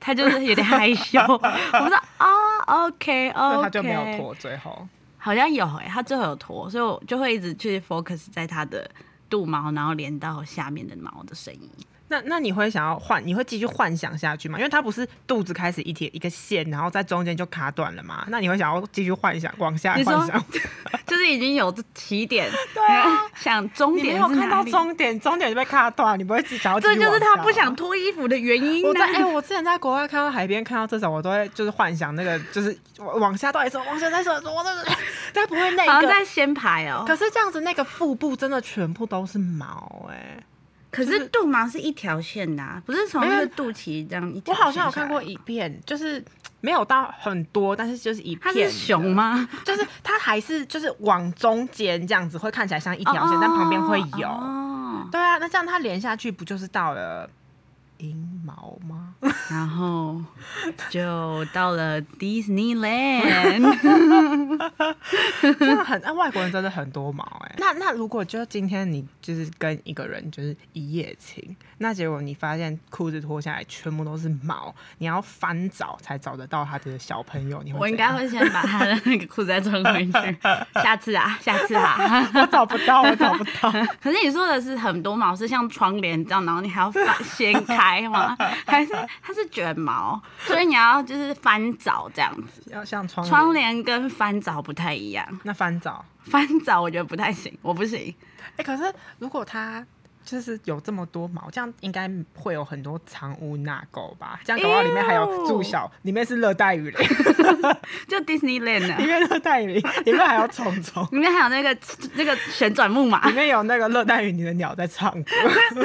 [SPEAKER 1] 他就是有点害 羞，我们说啊 OK
[SPEAKER 2] 所以
[SPEAKER 1] OK，
[SPEAKER 2] 他就没有，脱。最后，
[SPEAKER 1] 好像有诶、他最后有脱，所以我就会一直去 focus 在他的肚毛，然后连到下面的毛的声音。
[SPEAKER 2] 那那你会想要幻，你会继续幻想下去吗？因为它不是肚子开始一铁一个线，然后在中间就卡短了嘛？那你会想要继续幻想往下
[SPEAKER 1] 你说
[SPEAKER 2] 幻想？
[SPEAKER 1] 就是已经有起点，
[SPEAKER 2] 对啊，
[SPEAKER 1] 想终
[SPEAKER 2] 你没
[SPEAKER 1] 点
[SPEAKER 2] 有
[SPEAKER 1] 是
[SPEAKER 2] 看
[SPEAKER 1] 哪
[SPEAKER 2] 到
[SPEAKER 1] 里，
[SPEAKER 2] 终点，终点就被卡断，你不会自己想要继
[SPEAKER 1] 这
[SPEAKER 2] 续
[SPEAKER 1] 就是他
[SPEAKER 2] 往下
[SPEAKER 1] 不想脱衣服的原因啊
[SPEAKER 2] 我
[SPEAKER 1] 呢、
[SPEAKER 2] 在哎、我之前在国外看到海边看到这种，我都会就是幻想那个就是往往下到底是往下在什么，我真的该不会
[SPEAKER 1] 好
[SPEAKER 2] 那
[SPEAKER 1] 像
[SPEAKER 2] 个。
[SPEAKER 1] 在先排哦、
[SPEAKER 2] 可是这样子，那个腹部真的全部都是毛哎、
[SPEAKER 1] 可是肚毛是一条线的、啊，不是从
[SPEAKER 2] 没有
[SPEAKER 1] 那个肚脐这样一条
[SPEAKER 2] 我
[SPEAKER 1] 线下来吗。
[SPEAKER 2] 好像有看过一片，就是没有到很多，但是就是一
[SPEAKER 1] 它
[SPEAKER 2] 片。
[SPEAKER 1] 是熊？吗？
[SPEAKER 2] 就是它还是就是往中间这样子，会看起来像一条线，
[SPEAKER 1] 哦
[SPEAKER 2] 但旁边会有。
[SPEAKER 1] 哦
[SPEAKER 2] 对啊，那这样它连下去不就是到了阴毛吗？
[SPEAKER 1] 然后就到了 Disneyland。
[SPEAKER 2] 真的很，那外国人真的很多毛哎、嗯那那如果就今天你就是跟一个人就是一夜情，那结果你发现裤子脱下来全部都是毛，你要翻找才找得到他的小朋友，你会
[SPEAKER 1] 我应
[SPEAKER 2] 怎
[SPEAKER 1] 该
[SPEAKER 2] 样
[SPEAKER 1] 会先把他的那个裤子再穿回去，下次啊，下次啊。
[SPEAKER 2] 我找不到，我找不到。
[SPEAKER 1] 可是你说的是很多毛是像窗帘这样，然后你还要翻掀开 吗？还是它是卷毛，所以你要就是翻找这样子。
[SPEAKER 2] 要像窗帘
[SPEAKER 1] 窗帘跟翻找不太一样，
[SPEAKER 2] 那翻找，
[SPEAKER 1] 翻找我觉得不太行，我不行。
[SPEAKER 2] 哎、可是如果他。就是有这么多毛，这样应该会有很多藏污纳垢吧？这样搞不好里面还有住小，里面是热带雨林，
[SPEAKER 1] 就 Disneyland
[SPEAKER 2] 里
[SPEAKER 1] 呢，
[SPEAKER 2] 面热带雨林，里面还有虫虫，
[SPEAKER 1] 里面还有那个那个旋转木马
[SPEAKER 2] 里，面有那个热带雨林的鸟在唱歌。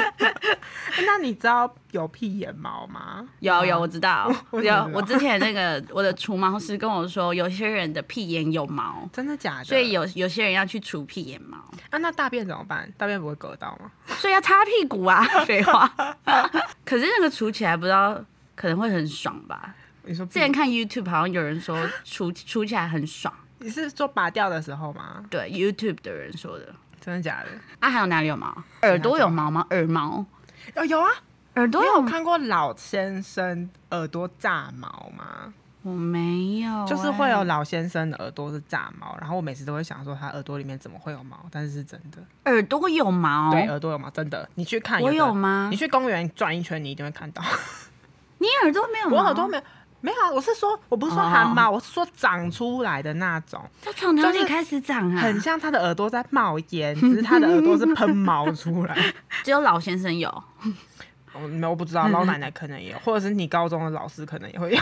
[SPEAKER 2] 那你知道有屁眼毛吗？
[SPEAKER 1] 有哦有我知道，
[SPEAKER 2] 我怎么
[SPEAKER 1] 有
[SPEAKER 2] 知道
[SPEAKER 1] 我之前那个我的除毛师跟我说，有些人的屁眼有毛。
[SPEAKER 2] 真的假的？
[SPEAKER 1] 所以有有些人要去除屁眼毛，
[SPEAKER 2] 啊，那大便怎么办？大便不会割到吗？
[SPEAKER 1] 所以要擦屁股啊， 废话。可是那个除起来不知道可能会很爽吧？
[SPEAKER 2] 你说
[SPEAKER 1] 之前看 YouTube 好像有人说除除起来很爽，
[SPEAKER 2] 你是说拔掉的时候吗？
[SPEAKER 1] 对 YouTube 的人说的。
[SPEAKER 2] 真的假的？
[SPEAKER 1] 啊，还有哪里有毛？耳朵有毛吗？耳毛，
[SPEAKER 2] 哦，有啊，
[SPEAKER 1] 耳朵
[SPEAKER 2] 你
[SPEAKER 1] 有
[SPEAKER 2] 有
[SPEAKER 1] 毛？
[SPEAKER 2] 看过老先生耳朵炸毛吗？
[SPEAKER 1] 我没有、
[SPEAKER 2] 就是会有
[SPEAKER 1] 欸
[SPEAKER 2] 老先生的耳朵是炸毛，然后我每次都会想说他耳朵里面怎么会有毛，但是是真的，
[SPEAKER 1] 哎耳朵有毛，
[SPEAKER 2] 对，耳朵有毛，真的。你去看
[SPEAKER 1] 哦我
[SPEAKER 2] 的
[SPEAKER 1] 有吗
[SPEAKER 2] 你去公园转一圈，你一定会看到。
[SPEAKER 1] 你耳朵没有毛？
[SPEAKER 2] 我耳朵没有没有啊，我是说我不是说汗毛，我是说长出来的那种，
[SPEAKER 1] 在床头
[SPEAKER 2] 就
[SPEAKER 1] 里
[SPEAKER 2] 是
[SPEAKER 1] 开始长啊，
[SPEAKER 2] 很像他的耳朵在冒 烟，只是他的耳朵是喷毛出 来。嗯
[SPEAKER 1] 只有老先生有。
[SPEAKER 2] 我哦没有我不知道，老奶奶可能也有，或者是你高中的老师可能 也会有。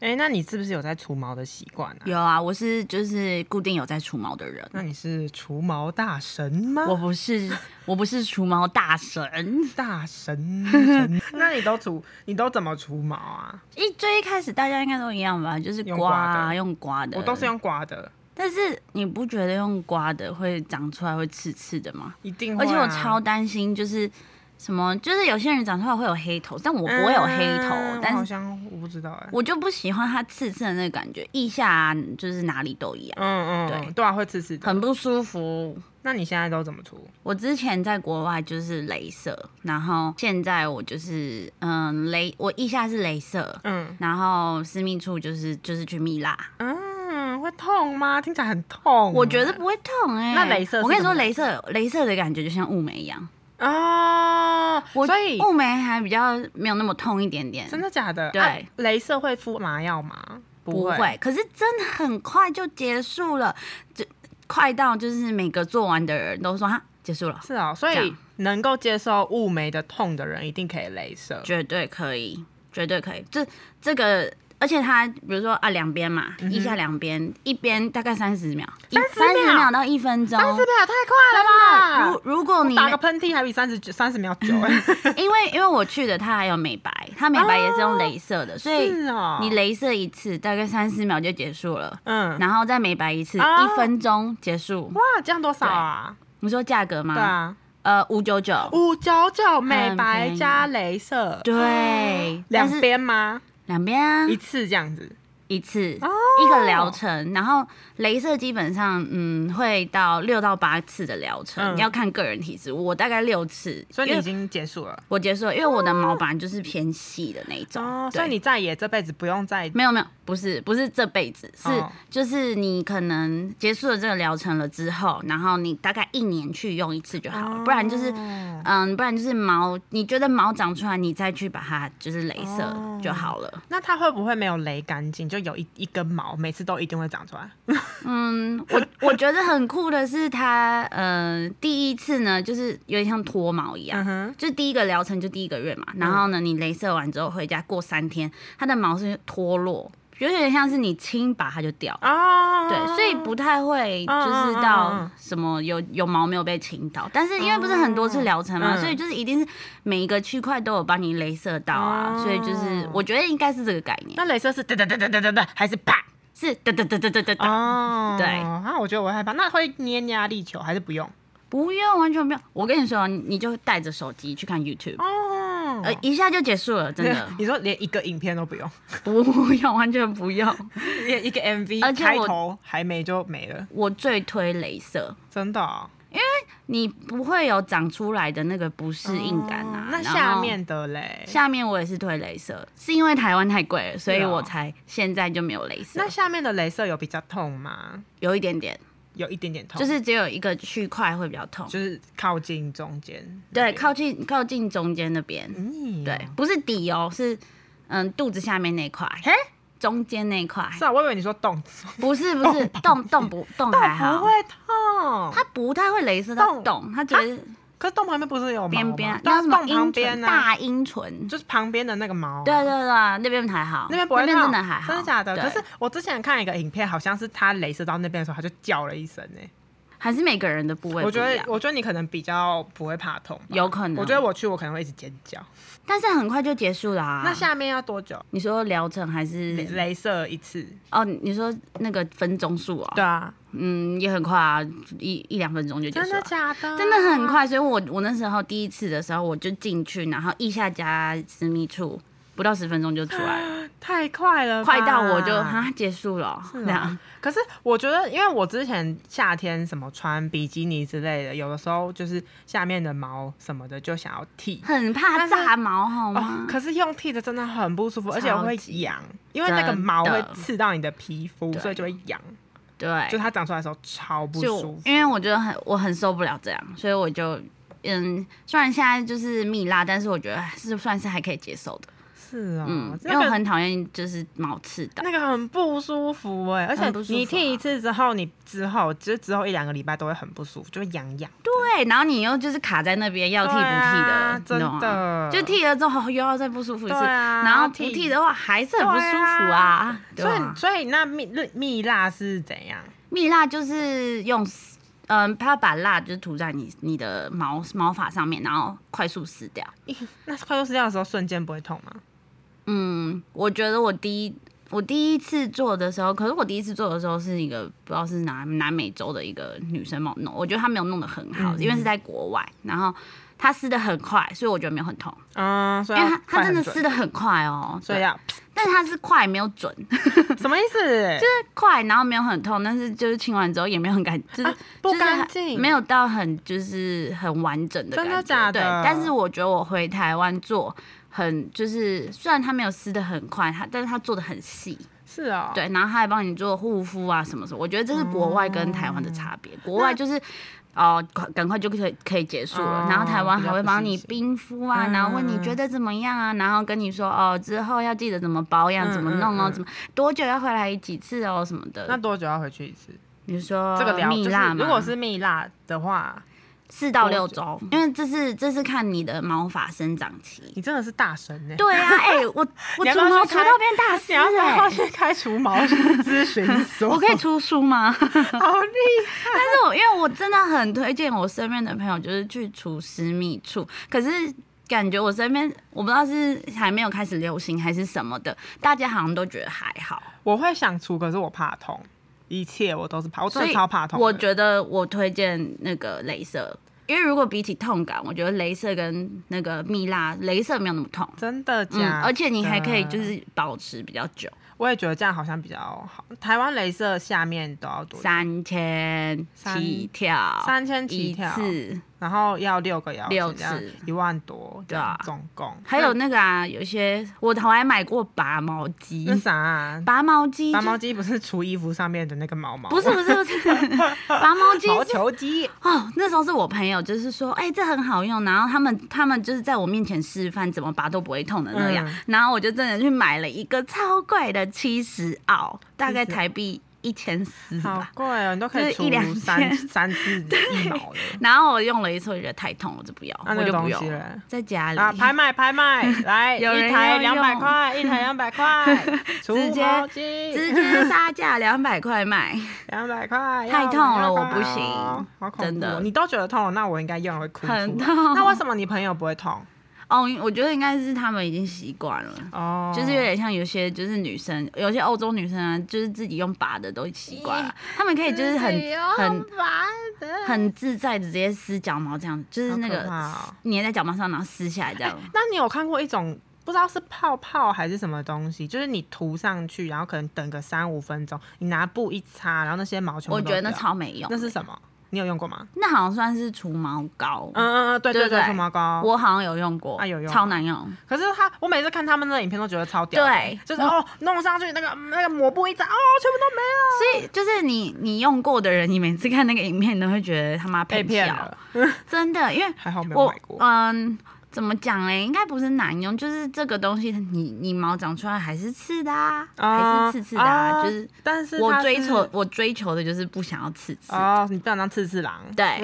[SPEAKER 2] 哎，那你是不是有在除毛的习惯啊？
[SPEAKER 1] 有啊，我是就是固定有在除毛的人，
[SPEAKER 2] 那你是除毛大神吗？
[SPEAKER 1] 我不是我不是除毛大神。
[SPEAKER 2] 大神 神那你都除，你都怎么除毛啊？
[SPEAKER 1] 一最一开始大家应该都一样吧，就是
[SPEAKER 2] 用
[SPEAKER 1] 刮
[SPEAKER 2] 刮的
[SPEAKER 1] 啊，用刮的，
[SPEAKER 2] 我都是。用刮的，
[SPEAKER 1] 但是你不觉得用刮的会长出来会刺刺的吗？
[SPEAKER 2] 一定会、
[SPEAKER 1] 而
[SPEAKER 2] 啊。
[SPEAKER 1] 且我超担心，就是什么，就是有些人长出来会有黑头，但我不会有黑头，
[SPEAKER 2] 嗯我好
[SPEAKER 1] 但是
[SPEAKER 2] 像我不知道哎、
[SPEAKER 1] 我就不喜欢它刺刺的那个感觉，腋下、啊、就是哪里都一样，
[SPEAKER 2] 嗯嗯，
[SPEAKER 1] 对
[SPEAKER 2] 对啊，会刺刺的。
[SPEAKER 1] 很不舒服。
[SPEAKER 2] 那你现在都怎么除？
[SPEAKER 1] 我之前在国外就是镭射，然后现在我就是嗯镭，我腋下是镭射，
[SPEAKER 2] 嗯
[SPEAKER 1] 然后私密处就是就是去蜜蜡，
[SPEAKER 2] 嗯，会痛吗？听起来很痛。欸
[SPEAKER 1] 我觉得不会痛哎、
[SPEAKER 2] 嗯那镭射是
[SPEAKER 1] 我跟你说，
[SPEAKER 2] 怎么
[SPEAKER 1] 镭射镭射的感觉就像雾眉一样，
[SPEAKER 2] 啊、
[SPEAKER 1] 我
[SPEAKER 2] 所以
[SPEAKER 1] 雾眉还比较没有那么痛一点点，
[SPEAKER 2] 真的假的？
[SPEAKER 1] 对
[SPEAKER 2] 啊镭、射会敷麻药吗？
[SPEAKER 1] 不
[SPEAKER 2] 会。
[SPEAKER 1] 会，可是真的很快就结束了，就快到就是每个做完的人都说哈结束了，
[SPEAKER 2] 是哦，所
[SPEAKER 1] 这
[SPEAKER 2] 以
[SPEAKER 1] 样
[SPEAKER 2] 能够接受雾眉的痛的人，一定可以镭射。
[SPEAKER 1] 绝对可以，绝对可以。这这个，而且它比如说啊两边嘛，
[SPEAKER 2] 嗯
[SPEAKER 1] 一下两边，一边大概三十秒，
[SPEAKER 2] 30秒
[SPEAKER 1] 十秒到一分钟。
[SPEAKER 2] 三十秒太快了吧
[SPEAKER 1] 如！如果你
[SPEAKER 2] 打个喷嚏还比三十九三十秒久哎、
[SPEAKER 1] 因为因为我去的它还有美白，它美白也是用镭射的，所以
[SPEAKER 2] 啊 是哦，
[SPEAKER 1] 你镭射一次大概三十秒就结束了，
[SPEAKER 2] 嗯，
[SPEAKER 1] 然后再美白一次
[SPEAKER 2] 哦
[SPEAKER 1] 一分钟结束。
[SPEAKER 2] 哇，这样多少啊？
[SPEAKER 1] 你说价格吗？
[SPEAKER 2] 对啊，
[SPEAKER 1] 呃，五九九。
[SPEAKER 2] 五九九美
[SPEAKER 1] 很
[SPEAKER 2] 白
[SPEAKER 1] 便宜
[SPEAKER 2] 加镭射，
[SPEAKER 1] 对，但
[SPEAKER 2] 两
[SPEAKER 1] 是
[SPEAKER 2] 边吗？
[SPEAKER 1] 两边啊
[SPEAKER 2] 一次这样子
[SPEAKER 1] 一次
[SPEAKER 2] 哦
[SPEAKER 1] 一个疗程，然后镭射基本上嗯会到六到八次的疗程，
[SPEAKER 2] 嗯
[SPEAKER 1] 要看个人体质。我大概六次，
[SPEAKER 2] 所以
[SPEAKER 1] 因
[SPEAKER 2] 你
[SPEAKER 1] 为
[SPEAKER 2] 已经结束了
[SPEAKER 1] 我结束了，因为我的毛本来就是偏细的那一种，
[SPEAKER 2] 哦，
[SPEAKER 1] 对哦
[SPEAKER 2] 所以你再也这辈子不用再
[SPEAKER 1] 没有没有不是不是这辈子是
[SPEAKER 2] 哦
[SPEAKER 1] 就是你可能结束了这个疗程了之后，然后你大概一年去用一次就好了，不然就是。
[SPEAKER 2] 哦
[SPEAKER 1] 嗯，不然就是毛，你觉得毛长出来，你再去把它就是镭
[SPEAKER 2] 哦
[SPEAKER 1] 射就好了。
[SPEAKER 2] 那它会不会没有雷干净，就有一一根毛，每次都一定会长出来？
[SPEAKER 1] 嗯，我 我觉得很酷的是它，呃，第一次呢，就是有点像脱毛一样，
[SPEAKER 2] 哼，
[SPEAKER 1] 就第一个疗程就第一个月
[SPEAKER 2] 嗯
[SPEAKER 1] 嘛，然后呢，你镭射完之后回家过三天，它的毛是脱落，有点像是你轻拔它就掉。
[SPEAKER 2] 哦，
[SPEAKER 1] 对，所以不太会
[SPEAKER 2] 嗯
[SPEAKER 1] 就是
[SPEAKER 2] 嗯嗯
[SPEAKER 1] 到
[SPEAKER 2] 嗯
[SPEAKER 1] 什么有有毛没有被清到，但是因为不是很多次疗程嘛，
[SPEAKER 2] 嗯
[SPEAKER 1] 所以就是一定是每一个区块都有帮你镭射到啊，
[SPEAKER 2] 哦
[SPEAKER 1] 所以就是我觉得应该是这个概念，
[SPEAKER 2] 那镭射是哒哒哒哒哒哒哒，还是啪？
[SPEAKER 1] 是哒哒哒哒哒哒哒，
[SPEAKER 2] 哦，
[SPEAKER 1] 对
[SPEAKER 2] 啊，我觉得我会害怕。那会捏压力球还是不用？
[SPEAKER 1] 不用，完全不用。我跟你说，哦你你就带着手机去看 YouTube，、
[SPEAKER 2] 哦，
[SPEAKER 1] 呃，一下就结束了，真的
[SPEAKER 2] 你说连一个影片都不 用，
[SPEAKER 1] 不用，完全不用。
[SPEAKER 2] 连一个 MV
[SPEAKER 1] 而且
[SPEAKER 2] 开
[SPEAKER 1] 我
[SPEAKER 2] 头还没就没了，
[SPEAKER 1] 我最推镭射，
[SPEAKER 2] 真的哦、
[SPEAKER 1] 你不会有长出来的那个不适应感啊。
[SPEAKER 2] 哦那
[SPEAKER 1] 然后
[SPEAKER 2] 下面的嘞？
[SPEAKER 1] 下面我也是推镭射，是因为台湾太贵了，所以
[SPEAKER 2] 是哦
[SPEAKER 1] 我才现在就没有镭射
[SPEAKER 2] 那，下面的镭射有比较痛吗？
[SPEAKER 1] 有一点点，
[SPEAKER 2] 有一点点痛，
[SPEAKER 1] 就是只有一个区块会比较痛。
[SPEAKER 2] 就是靠近中间那
[SPEAKER 1] 对，
[SPEAKER 2] 边。
[SPEAKER 1] 靠近靠近中间那边，
[SPEAKER 2] 嗯，
[SPEAKER 1] 对，不是底哦，是嗯肚子下面那块，
[SPEAKER 2] 嘿
[SPEAKER 1] 中间那块，
[SPEAKER 2] 是啊，我以为你说动，
[SPEAKER 1] 不是不是，动动不动还
[SPEAKER 2] 不
[SPEAKER 1] 好，
[SPEAKER 2] 会痛，
[SPEAKER 1] 它不太会镭射到
[SPEAKER 2] 动
[SPEAKER 1] 洞，它只是
[SPEAKER 2] 可是洞旁边不是有毛吗
[SPEAKER 1] 边边，
[SPEAKER 2] 对啊
[SPEAKER 1] 那什么
[SPEAKER 2] 啊洞旁
[SPEAKER 1] 阴
[SPEAKER 2] 边
[SPEAKER 1] 唇
[SPEAKER 2] 呢、
[SPEAKER 1] 大阴唇，
[SPEAKER 2] 就是旁边的那个毛啊、
[SPEAKER 1] 对对对，那边还好，
[SPEAKER 2] 那边不会痛，
[SPEAKER 1] 真的还好，
[SPEAKER 2] 真的假的？
[SPEAKER 1] 对
[SPEAKER 2] 可是我之前看一个影片，好像是他镭射到那边的时候，他就叫了一声呢、
[SPEAKER 1] 还是每个人的部位
[SPEAKER 2] 我觉
[SPEAKER 1] 不一
[SPEAKER 2] 得
[SPEAKER 1] 样，
[SPEAKER 2] 我觉得你可能比较不会怕痛吧，
[SPEAKER 1] 有可能，啊
[SPEAKER 2] 我觉得，我去我可能会一直尖叫。
[SPEAKER 1] 但是很快就结束了啊。
[SPEAKER 2] 那下面要多久？
[SPEAKER 1] 你说疗程还
[SPEAKER 2] 镭
[SPEAKER 1] 是
[SPEAKER 2] 镭射一次？
[SPEAKER 1] 哦？你说那个分钟数哦，
[SPEAKER 2] 对啊，
[SPEAKER 1] 嗯，也很快啊，一一两分钟就结
[SPEAKER 2] 真
[SPEAKER 1] 束了
[SPEAKER 2] 的。假的？
[SPEAKER 1] 真的很快，所以我我那时候第一次的时候，我就进去，然后腋下加私密处，不到十分钟就出来了。
[SPEAKER 2] 太快了吧，
[SPEAKER 1] 快到我就哈结束了，这样
[SPEAKER 2] 可啊是哦我觉得，因为我之前夏天什么穿比基尼之类的，有的时候就是下面的毛什么的就想要剃。
[SPEAKER 1] 很怕炸毛好
[SPEAKER 2] 哦
[SPEAKER 1] 吗，？
[SPEAKER 2] 可是用剃的真的很不舒服，而且会痒，因为那个
[SPEAKER 1] 真的
[SPEAKER 2] 毛会刺到你的皮肤，所以就会痒。就
[SPEAKER 1] 对，
[SPEAKER 2] 它长出来的时候超不舒
[SPEAKER 1] 就嗯
[SPEAKER 2] 服。
[SPEAKER 1] 因为我觉得很我很受不了这样，所以我就嗯，虽然现在就是蜜蜡，但是我觉得还是算是还可以接受的。
[SPEAKER 2] 是哦，
[SPEAKER 1] 嗯，
[SPEAKER 2] 这
[SPEAKER 1] 因为我
[SPEAKER 2] 个
[SPEAKER 1] 很讨厌就是毛刺到。
[SPEAKER 2] 那个很不舒服哎、而且
[SPEAKER 1] 很不舒服啊
[SPEAKER 2] 你剃一次之后，你之后就之后一两个礼拜都会很不舒服，就会痒痒。
[SPEAKER 1] 对，然后你又就是卡在那边要剃不剃
[SPEAKER 2] 对
[SPEAKER 1] 的，
[SPEAKER 2] 啊
[SPEAKER 1] 你懂
[SPEAKER 2] 真
[SPEAKER 1] 吗？
[SPEAKER 2] 的
[SPEAKER 1] 就剃了之后哦又要再不舒服一次，
[SPEAKER 2] 对啊
[SPEAKER 1] 然后不剃的话还是很不舒服啊。对
[SPEAKER 2] 所
[SPEAKER 1] 啊
[SPEAKER 2] 以所以那蜜蜜蜡是怎样？
[SPEAKER 1] 蜜蜡就是用丝，嗯，它把蜡就是涂在你你的毛毛发上面，然后快速撕掉。
[SPEAKER 2] 那快速撕掉的时候瞬间不会痛吗？
[SPEAKER 1] 嗯，我觉得我第一我第一次做的时候，可是我第一次做的时候是一个不知道是南南美洲的一个女生帮我弄，我觉得她没有弄得很好，
[SPEAKER 2] 嗯
[SPEAKER 1] 因为是在国外，然后她撕的很快，所以我觉得没有很痛，
[SPEAKER 2] 嗯，啊所以
[SPEAKER 1] 因为她
[SPEAKER 2] 要
[SPEAKER 1] 她
[SPEAKER 2] 快
[SPEAKER 1] 真的
[SPEAKER 2] 很准
[SPEAKER 1] 撕的很快哦，
[SPEAKER 2] 所以
[SPEAKER 1] 对，
[SPEAKER 2] 要
[SPEAKER 1] 但是她是快没有准，
[SPEAKER 2] 什么意思？就是
[SPEAKER 1] 快然后没有很痛，但是就是清完之后也没有很干，就是、
[SPEAKER 2] 啊不
[SPEAKER 1] 就是
[SPEAKER 2] 干
[SPEAKER 1] 很
[SPEAKER 2] 净
[SPEAKER 1] 没有到很就是很完整的感
[SPEAKER 2] 真
[SPEAKER 1] 觉，
[SPEAKER 2] 的假的
[SPEAKER 1] 对，但是我觉得我回台湾做很就是虽然她没有撕的很快，她但是她做的很细。
[SPEAKER 2] 是哦，，
[SPEAKER 1] 对，然后他还帮你做护肤啊什么什么，我觉得这是国外跟台湾的差别。国外就是哦，赶赶快就可以可以结束了，
[SPEAKER 2] 哦
[SPEAKER 1] 然后台湾
[SPEAKER 2] 比
[SPEAKER 1] 还
[SPEAKER 2] 较
[SPEAKER 1] 会
[SPEAKER 2] 不
[SPEAKER 1] 帮
[SPEAKER 2] 新
[SPEAKER 1] 你
[SPEAKER 2] 鲜
[SPEAKER 1] 冰敷啊，
[SPEAKER 2] 嗯
[SPEAKER 1] 然后问你
[SPEAKER 2] 嗯
[SPEAKER 1] 觉得怎么样啊，然后跟你说哦，之后要记得怎么保养、
[SPEAKER 2] 嗯
[SPEAKER 1] 怎么弄哦，
[SPEAKER 2] 嗯嗯
[SPEAKER 1] 怎么多久要回来几次哦什么
[SPEAKER 2] 那
[SPEAKER 1] 的。
[SPEAKER 2] 多久要回去一次？
[SPEAKER 1] 你说
[SPEAKER 2] 这个疗
[SPEAKER 1] 蜜
[SPEAKER 2] 就
[SPEAKER 1] 蜡
[SPEAKER 2] 是
[SPEAKER 1] 吗？
[SPEAKER 2] 如果是呃蜜蜡的话，
[SPEAKER 1] 四到
[SPEAKER 2] 多
[SPEAKER 1] 六
[SPEAKER 2] 久
[SPEAKER 1] 周，因为这是这是看你的毛发生长期。
[SPEAKER 2] 你真的是大神呢、
[SPEAKER 1] 对啊，哎、我我
[SPEAKER 2] 你要
[SPEAKER 1] 除
[SPEAKER 2] 不要
[SPEAKER 1] 毛
[SPEAKER 2] 去
[SPEAKER 1] 除
[SPEAKER 2] 开
[SPEAKER 1] 到变大师
[SPEAKER 2] 你要不
[SPEAKER 1] 哎、
[SPEAKER 2] 要去开除毛咨询 所？
[SPEAKER 1] 我可以出书吗？
[SPEAKER 2] 好厉
[SPEAKER 1] 但是我因为我真的很推荐我身边的朋友，就是去除私密处，可是。感觉我身边我不知道是还没有开始流行还是什么的，大家好像都觉得还好，
[SPEAKER 2] 我会想除，可是我怕痛，一切我都是怕，我
[SPEAKER 1] 所
[SPEAKER 2] 真
[SPEAKER 1] 以
[SPEAKER 2] 的超怕痛的。
[SPEAKER 1] 我觉得我推荐那个镭射，因为如果比起痛感，我觉得镭射跟那个蜜蜡，镭射没有那么痛，
[SPEAKER 2] 真的假
[SPEAKER 1] 嗯
[SPEAKER 2] 的、，
[SPEAKER 1] 而且你还可以就是保持比较久，
[SPEAKER 2] 我也觉得这样好像比较好。台湾镭射下面都要多久，
[SPEAKER 1] 三千
[SPEAKER 2] 三
[SPEAKER 1] 起跳，
[SPEAKER 2] 三千起跳
[SPEAKER 1] 一次，
[SPEAKER 2] 然后要六个要
[SPEAKER 1] 六次
[SPEAKER 2] 一万多，
[SPEAKER 1] 对啊
[SPEAKER 2] 这样总共
[SPEAKER 1] 还有那个啊，有些我好还买过拔毛 机，
[SPEAKER 2] 那啥、啊。
[SPEAKER 1] 拔毛机，
[SPEAKER 2] 拔毛机不是除衣服上面的那个毛毛，啊
[SPEAKER 1] 不是不是不 是，拔毛机
[SPEAKER 2] 毛
[SPEAKER 1] 是
[SPEAKER 2] 球机，
[SPEAKER 1] 哦，那时候是我朋友就是说，哎、这很好用，然后他们他们就是在我面前示范怎么拔都不会痛的那样，
[SPEAKER 2] 嗯
[SPEAKER 1] 然后我就真的去买了一个超贵的七十澳，大概
[SPEAKER 2] 70
[SPEAKER 1] 台币一千四
[SPEAKER 2] 好
[SPEAKER 1] 吧。
[SPEAKER 2] 贵哦，你都可以
[SPEAKER 1] 就是
[SPEAKER 2] 除
[SPEAKER 1] 一两
[SPEAKER 2] 三
[SPEAKER 1] 千
[SPEAKER 2] 三次一毛了。
[SPEAKER 1] 然后我用了一次，我觉得太痛，我就不要，
[SPEAKER 2] 啊那
[SPEAKER 1] 我
[SPEAKER 2] 那
[SPEAKER 1] 就
[SPEAKER 2] 个
[SPEAKER 1] 不
[SPEAKER 2] 东西
[SPEAKER 1] 用，
[SPEAKER 2] 嘞？
[SPEAKER 1] 在家里、
[SPEAKER 2] 啊，拍卖拍卖，来
[SPEAKER 1] 有人
[SPEAKER 2] 一台
[SPEAKER 1] 要
[SPEAKER 2] 两
[SPEAKER 1] 用
[SPEAKER 2] 百块，一台两百块，除
[SPEAKER 1] 直接
[SPEAKER 2] 毛机
[SPEAKER 1] 直接杀价两百块 卖，
[SPEAKER 2] 两百块，
[SPEAKER 1] 太
[SPEAKER 2] 要
[SPEAKER 1] 痛了
[SPEAKER 2] 200
[SPEAKER 1] 我
[SPEAKER 2] 块
[SPEAKER 1] 不
[SPEAKER 2] 哦
[SPEAKER 1] 行，
[SPEAKER 2] 好恐怖哦
[SPEAKER 1] 真的
[SPEAKER 2] 你都觉得痛了，那我应该用了会哭出来
[SPEAKER 1] 很痛
[SPEAKER 2] 那为什么你朋友不会痛？
[SPEAKER 1] 哦，我觉得应该是他们已经习惯了。
[SPEAKER 2] 哦，
[SPEAKER 1] 就是有点像有些就是女生，有些欧洲女生啊，就是自己用拔的都习惯了，她们可以就是很很
[SPEAKER 2] 哎烦
[SPEAKER 1] 很自在地直接撕脚毛这样，就是那个
[SPEAKER 2] 好可怕哎哦
[SPEAKER 1] 撕粘在脚毛上，然后撕下来这样。
[SPEAKER 2] 那你有看过一种不知道是泡泡还是什么东西，就是你涂上去，然后可能等个三五分钟，你拿布一擦，然后那些毛全部
[SPEAKER 1] 我
[SPEAKER 2] 都
[SPEAKER 1] 觉得那
[SPEAKER 2] 掉
[SPEAKER 1] 超没用，
[SPEAKER 2] 啊那是什么？你有用过吗？
[SPEAKER 1] 那好像算是除毛膏，
[SPEAKER 2] 嗯嗯嗯，对
[SPEAKER 1] 对
[SPEAKER 2] 对
[SPEAKER 1] 对
[SPEAKER 2] 除毛膏。
[SPEAKER 1] 我好像有用过，
[SPEAKER 2] 啊有用
[SPEAKER 1] 超难用。
[SPEAKER 2] 可是他，我每次看他们的影片都觉得超屌的，
[SPEAKER 1] 对
[SPEAKER 2] 就是哦，弄上去那个那个抹布一张，哦，全部都没
[SPEAKER 1] 所以
[SPEAKER 2] 了，
[SPEAKER 1] 就是你你用过的人，你每次看那个影片，你都会觉得他妈
[SPEAKER 2] 被骗
[SPEAKER 1] 笑
[SPEAKER 2] 了，
[SPEAKER 1] 真的，因为
[SPEAKER 2] 还好没有
[SPEAKER 1] 我
[SPEAKER 2] 买过。
[SPEAKER 1] 嗯，怎么讲嘞？应该不是难用，就是这个东西你，你毛长出来还是刺的啊，还
[SPEAKER 2] 啊
[SPEAKER 1] 是刺刺的啊。
[SPEAKER 2] 啊
[SPEAKER 1] 就是
[SPEAKER 2] 但是
[SPEAKER 1] 我
[SPEAKER 2] 它
[SPEAKER 1] 追
[SPEAKER 2] 是
[SPEAKER 1] 求我追求的就是不想要刺刺，
[SPEAKER 2] 哦，你不想当刺刺狼，
[SPEAKER 1] 对，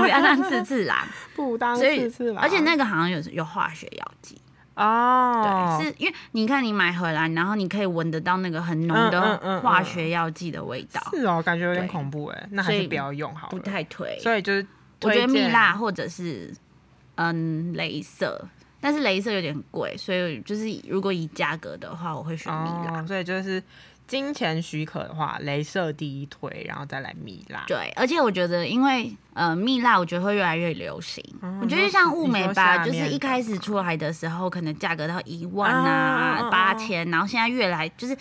[SPEAKER 1] 不要让刺刺 啦。
[SPEAKER 2] 不当
[SPEAKER 1] 所以
[SPEAKER 2] 刺刺，狼，
[SPEAKER 1] 而且那个好像有有化学药剂，
[SPEAKER 2] 哦，
[SPEAKER 1] 对，是因为你看你买回来，然后你可以闻得到那个很浓
[SPEAKER 2] 嗯嗯嗯
[SPEAKER 1] 的
[SPEAKER 2] 嗯
[SPEAKER 1] 化学药剂的味道，
[SPEAKER 2] 是哦，感觉有点
[SPEAKER 1] 对
[SPEAKER 2] 恐怖哎，那还
[SPEAKER 1] 所
[SPEAKER 2] 是
[SPEAKER 1] 以
[SPEAKER 2] 不要用好了。
[SPEAKER 1] 不太推。
[SPEAKER 2] 所以就是
[SPEAKER 1] 我觉得
[SPEAKER 2] 推
[SPEAKER 1] 蜜
[SPEAKER 2] 荐
[SPEAKER 1] 蜡或者是嗯镭射，但是镭射有点贵，所以就是如果以价格的话，我会选蜜蜡。
[SPEAKER 2] 哦，所以就是金钱许可的话，镭射第一推，然后再来蜜蜡。
[SPEAKER 1] 对，而且我觉得，因为呃，蜜蜡我觉得会越来越流行。我觉得就
[SPEAKER 2] 哦你说
[SPEAKER 1] 像雾
[SPEAKER 2] 你
[SPEAKER 1] 眉
[SPEAKER 2] 说
[SPEAKER 1] 吧，
[SPEAKER 2] 下
[SPEAKER 1] 就是
[SPEAKER 2] 面
[SPEAKER 1] 一
[SPEAKER 2] 的
[SPEAKER 1] 开始出来的时候，可能价格到一万啊
[SPEAKER 2] 啊、
[SPEAKER 1] 八千、然后现在越来就是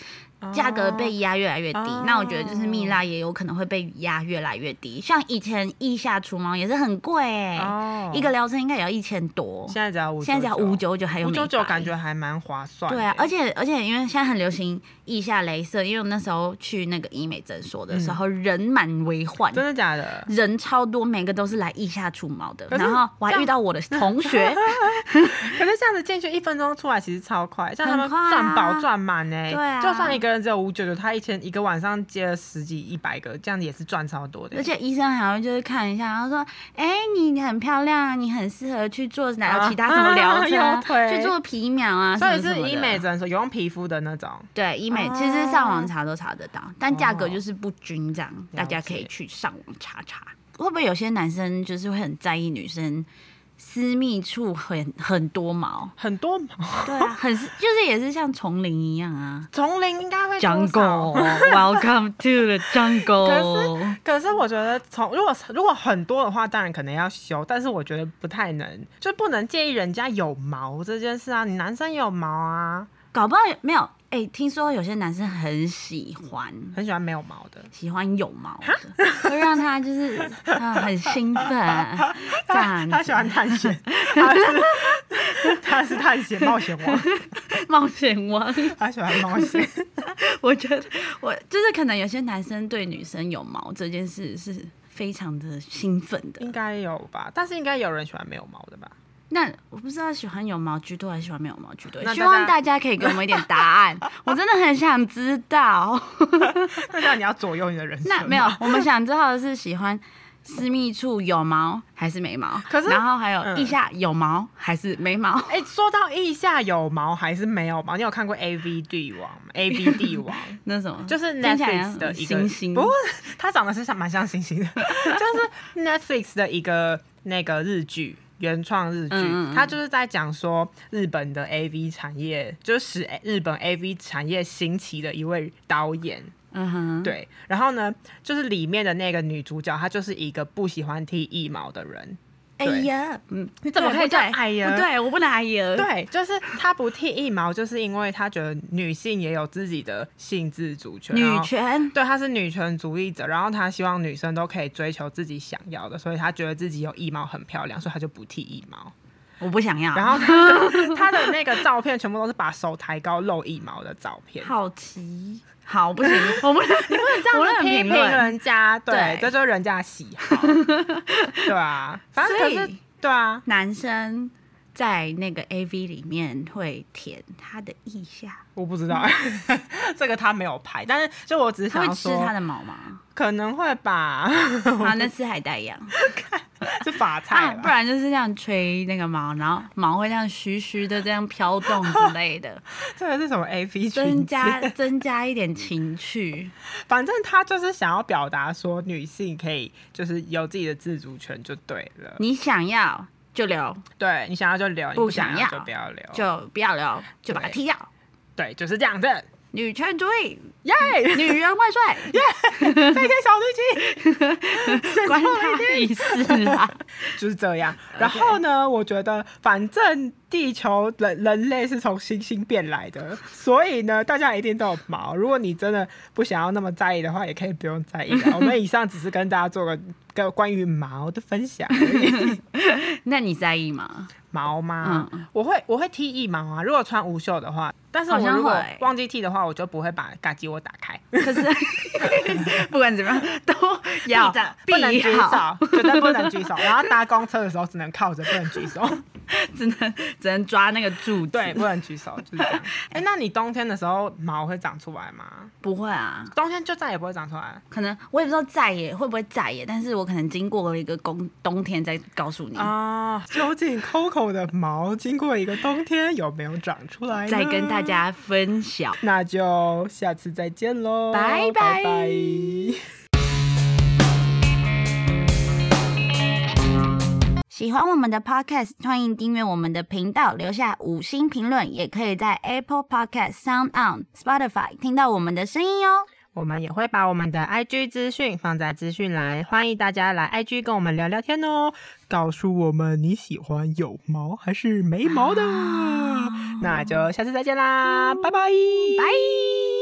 [SPEAKER 1] 价格被压越来越低。
[SPEAKER 2] 哦
[SPEAKER 1] 那我觉得就是蜜蜡也有可能会被压越来越低。像以前腋下除毛也是很贵、欸，
[SPEAKER 2] 哦
[SPEAKER 1] 一个疗程应该也要一千多，
[SPEAKER 2] 现在只要五，
[SPEAKER 1] 现在只要五九九，还有
[SPEAKER 2] 啊五
[SPEAKER 1] 美
[SPEAKER 2] 九九，
[SPEAKER 1] 白
[SPEAKER 2] 感觉还蛮划算的。
[SPEAKER 1] 对啊，而且而且因为现在很流行腋下镭射，因为我那时候去那个医美诊所的时候，人满为患。
[SPEAKER 2] 嗯真的假的？
[SPEAKER 1] 人超多，每个都是来腋下除毛的，
[SPEAKER 2] 可是
[SPEAKER 1] 然后我还
[SPEAKER 2] 这样
[SPEAKER 1] 遇到我的同 学，
[SPEAKER 2] 可是这样子进去一分钟出来其实超快，像他
[SPEAKER 1] 很
[SPEAKER 2] 们
[SPEAKER 1] 快啊
[SPEAKER 2] 赚饱赚满呢。
[SPEAKER 1] 对啊
[SPEAKER 2] 就算一个人只有五九九，他一天一个晚上接了十几一百个，这样子也是赚超多的。欸
[SPEAKER 1] 而且医生还会就是看一下，然后说：“哎、你很漂亮，啊你很适合去做哪
[SPEAKER 2] 啊
[SPEAKER 1] 有其他什么疗程，
[SPEAKER 2] 啊有腿
[SPEAKER 1] 去做皮秒啊，
[SPEAKER 2] 所
[SPEAKER 1] 什
[SPEAKER 2] 以
[SPEAKER 1] 么什
[SPEAKER 2] 是
[SPEAKER 1] 么
[SPEAKER 2] 医
[SPEAKER 1] 的
[SPEAKER 2] 美诊所有用皮肤的那种。
[SPEAKER 1] 对医美，
[SPEAKER 2] 哦
[SPEAKER 1] 其实上网查都查得到，但价格就是不均这样，
[SPEAKER 2] 解
[SPEAKER 1] 大家可以去上网查查。会不会有些男生就是会很在意女生私密处很很多毛？
[SPEAKER 2] 很多毛
[SPEAKER 1] 对啊，很就是也是像丛林一样啊。
[SPEAKER 2] 丛林应该会多少
[SPEAKER 1] Jungle，Welcome to the jungle
[SPEAKER 2] 可。可是我觉得从如果如果很多的话，当然可能要修，但是我觉得不太能，就不能介意人家有毛这件事啊。你男生也有毛啊，
[SPEAKER 1] 搞不好有没有？哎、听说有些男生很喜欢
[SPEAKER 2] 很喜欢没有毛的。
[SPEAKER 1] 喜欢有毛的，会让他就是啊很兴 奋，这样
[SPEAKER 2] 他喜
[SPEAKER 1] 子
[SPEAKER 2] 欢探险，他是他是探险冒险 王，
[SPEAKER 1] 冒险王。
[SPEAKER 2] 他喜欢冒险。
[SPEAKER 1] 我觉得我就是可能有些男生对女生有毛这件事是非常的兴奋的。
[SPEAKER 2] 应该有吧，但是应该有人喜欢没有毛的吧？
[SPEAKER 1] 那我不知道喜欢有毛居多还是喜欢没有毛居多
[SPEAKER 2] 那，大
[SPEAKER 1] 希
[SPEAKER 2] 家
[SPEAKER 1] 望大家可以给我们一点答案，我真的很想知 道。
[SPEAKER 2] 那这样你要左右你的人生。
[SPEAKER 1] 那没有，，我们想知道的是喜欢私密处有毛还是没毛，
[SPEAKER 2] 可是
[SPEAKER 1] 然后还有
[SPEAKER 2] 嗯
[SPEAKER 1] 腋下有毛还是没毛。
[SPEAKER 2] 哎、说到腋下有毛还是没有毛，你有看过 A V 帝王吗？A V 帝王
[SPEAKER 1] 那什么，
[SPEAKER 2] 就是
[SPEAKER 1] 听起来
[SPEAKER 2] Netflix 的一个
[SPEAKER 1] 星星，
[SPEAKER 2] 不是，他长得是像蛮像星星的， 就是 Netflix 的一个那个日剧。原创日剧
[SPEAKER 1] 嗯嗯嗯，
[SPEAKER 2] 他就是在讲说日本的 A V 产业，就是使日本 A V 产业兴起的一位导演，
[SPEAKER 1] 嗯哼，
[SPEAKER 2] 对，然后呢，就是里面的那个女主角，她就是一个不喜欢剃腋毛的人。
[SPEAKER 1] 哎
[SPEAKER 2] 对
[SPEAKER 1] 呀，嗯，
[SPEAKER 2] 你怎么可以
[SPEAKER 1] 对
[SPEAKER 2] 叫
[SPEAKER 1] 对
[SPEAKER 2] 哎呀
[SPEAKER 1] 不对，我不能哎呀，
[SPEAKER 2] 对，就是她不剃腋毛，就是因为她觉得女性也有自己的性自主权。然
[SPEAKER 1] 女
[SPEAKER 2] 后
[SPEAKER 1] 权，
[SPEAKER 2] 对，她是女权主义者，然后她希望女生都可以追求自己想要的，所以她觉得自己有腋毛很漂亮，所以她就不剃腋毛。
[SPEAKER 1] 我不想要，
[SPEAKER 2] 然后她 的她的那个照片全部都是把手抬高露腋毛的照片。
[SPEAKER 1] 好奇，好不行， 我不能，你不能这
[SPEAKER 2] 我
[SPEAKER 1] 我不
[SPEAKER 2] 们
[SPEAKER 1] 能
[SPEAKER 2] 批
[SPEAKER 1] 评
[SPEAKER 2] 评
[SPEAKER 1] 论，
[SPEAKER 2] 人家，对
[SPEAKER 1] 对，
[SPEAKER 2] 这就是人家的喜 好，对啊，反正可
[SPEAKER 1] 所
[SPEAKER 2] 是
[SPEAKER 1] 以
[SPEAKER 2] 对啊，
[SPEAKER 1] 男生。在那个 A V 里面会舔他的腋下，
[SPEAKER 2] 我不知道， 这个他没有拍，但是就我只是
[SPEAKER 1] 嗯他
[SPEAKER 2] 想
[SPEAKER 1] 会
[SPEAKER 2] 要
[SPEAKER 1] 吃
[SPEAKER 2] 说，
[SPEAKER 1] 他的毛吗？
[SPEAKER 2] 可能会吧，
[SPEAKER 1] 啊，那吃海带一样。
[SPEAKER 2] 是法
[SPEAKER 1] 啊，
[SPEAKER 2] 菜
[SPEAKER 1] 不
[SPEAKER 2] 吧。
[SPEAKER 1] 然就是这样吹那个毛，然后毛会这样徐徐的这样飘动之类的，
[SPEAKER 2] 这个是什么 A P
[SPEAKER 1] 增
[SPEAKER 2] 群子？
[SPEAKER 1] 加增加一点情趣。
[SPEAKER 2] 反正他就是想要表达说，女性可以就是有自己的自主权就对了。
[SPEAKER 1] 你想要就留，
[SPEAKER 2] 对你想要就留，你
[SPEAKER 1] 不
[SPEAKER 2] 不想
[SPEAKER 1] 想
[SPEAKER 2] 要
[SPEAKER 1] 要
[SPEAKER 2] 就不要留。
[SPEAKER 1] 就不要留，就把它
[SPEAKER 2] 对
[SPEAKER 1] 踢掉。
[SPEAKER 2] 对，就是这样子。
[SPEAKER 1] 女权主义，
[SPEAKER 2] 耶，
[SPEAKER 1] 女人万岁，
[SPEAKER 2] 飞天小女警
[SPEAKER 1] 关他屁事啊！
[SPEAKER 2] 就是这 样。然后呢，我觉得反正地球人人类是从星星变来的，所以呢，大家一定都有毛。如果你真的不想要那么在意的话，也可以不用在意 啦。我们以上只是跟大家做个个关于毛的分享而已。
[SPEAKER 1] 那你在意吗？
[SPEAKER 2] 毛吗？
[SPEAKER 1] 嗯
[SPEAKER 2] 我会我会剃腋毛啊，如果穿无袖的话。但是
[SPEAKER 1] 好
[SPEAKER 2] 我
[SPEAKER 1] 像
[SPEAKER 2] 如果
[SPEAKER 1] 会
[SPEAKER 2] 忘记剃的话，我就不会把嘎叽窝打 开，
[SPEAKER 1] 可是不管怎么样都要
[SPEAKER 2] 不能
[SPEAKER 1] 避
[SPEAKER 2] 举
[SPEAKER 1] 好，
[SPEAKER 2] 手，绝对不能举手。然后搭公车的时候只能靠着，不能举 手。
[SPEAKER 1] 只能只能抓那个柱子。
[SPEAKER 2] 对，不能举手，就是这样。哎、那你冬天的时候毛会长出来吗？
[SPEAKER 1] 不会啊，
[SPEAKER 2] 冬天就再也不会长出来
[SPEAKER 1] 可能我也不知道在耶会不会在耶，但是我可能经过了一个冬冬天再告诉你，
[SPEAKER 2] 啊？究竟 Coco 的毛经过一个冬天有没有长出来？
[SPEAKER 1] 再跟大，家分享。
[SPEAKER 2] 那就下次再见喽，
[SPEAKER 1] 拜拜
[SPEAKER 2] 拜拜。
[SPEAKER 1] 喜欢我们的 podcast，欢迎订阅我们的频道，留下五星评论，也可以在 Apple Podcast、Sound On、Spotify 听到我们的声音哦。
[SPEAKER 2] 我们也会把我们的 IG 资讯放在资讯栏，欢迎大家来 IG 跟我们聊聊天哦，告诉我们你喜欢有毛还
[SPEAKER 1] 啊
[SPEAKER 2] 是没毛的。那就下次再见啦，拜拜，
[SPEAKER 1] 拜。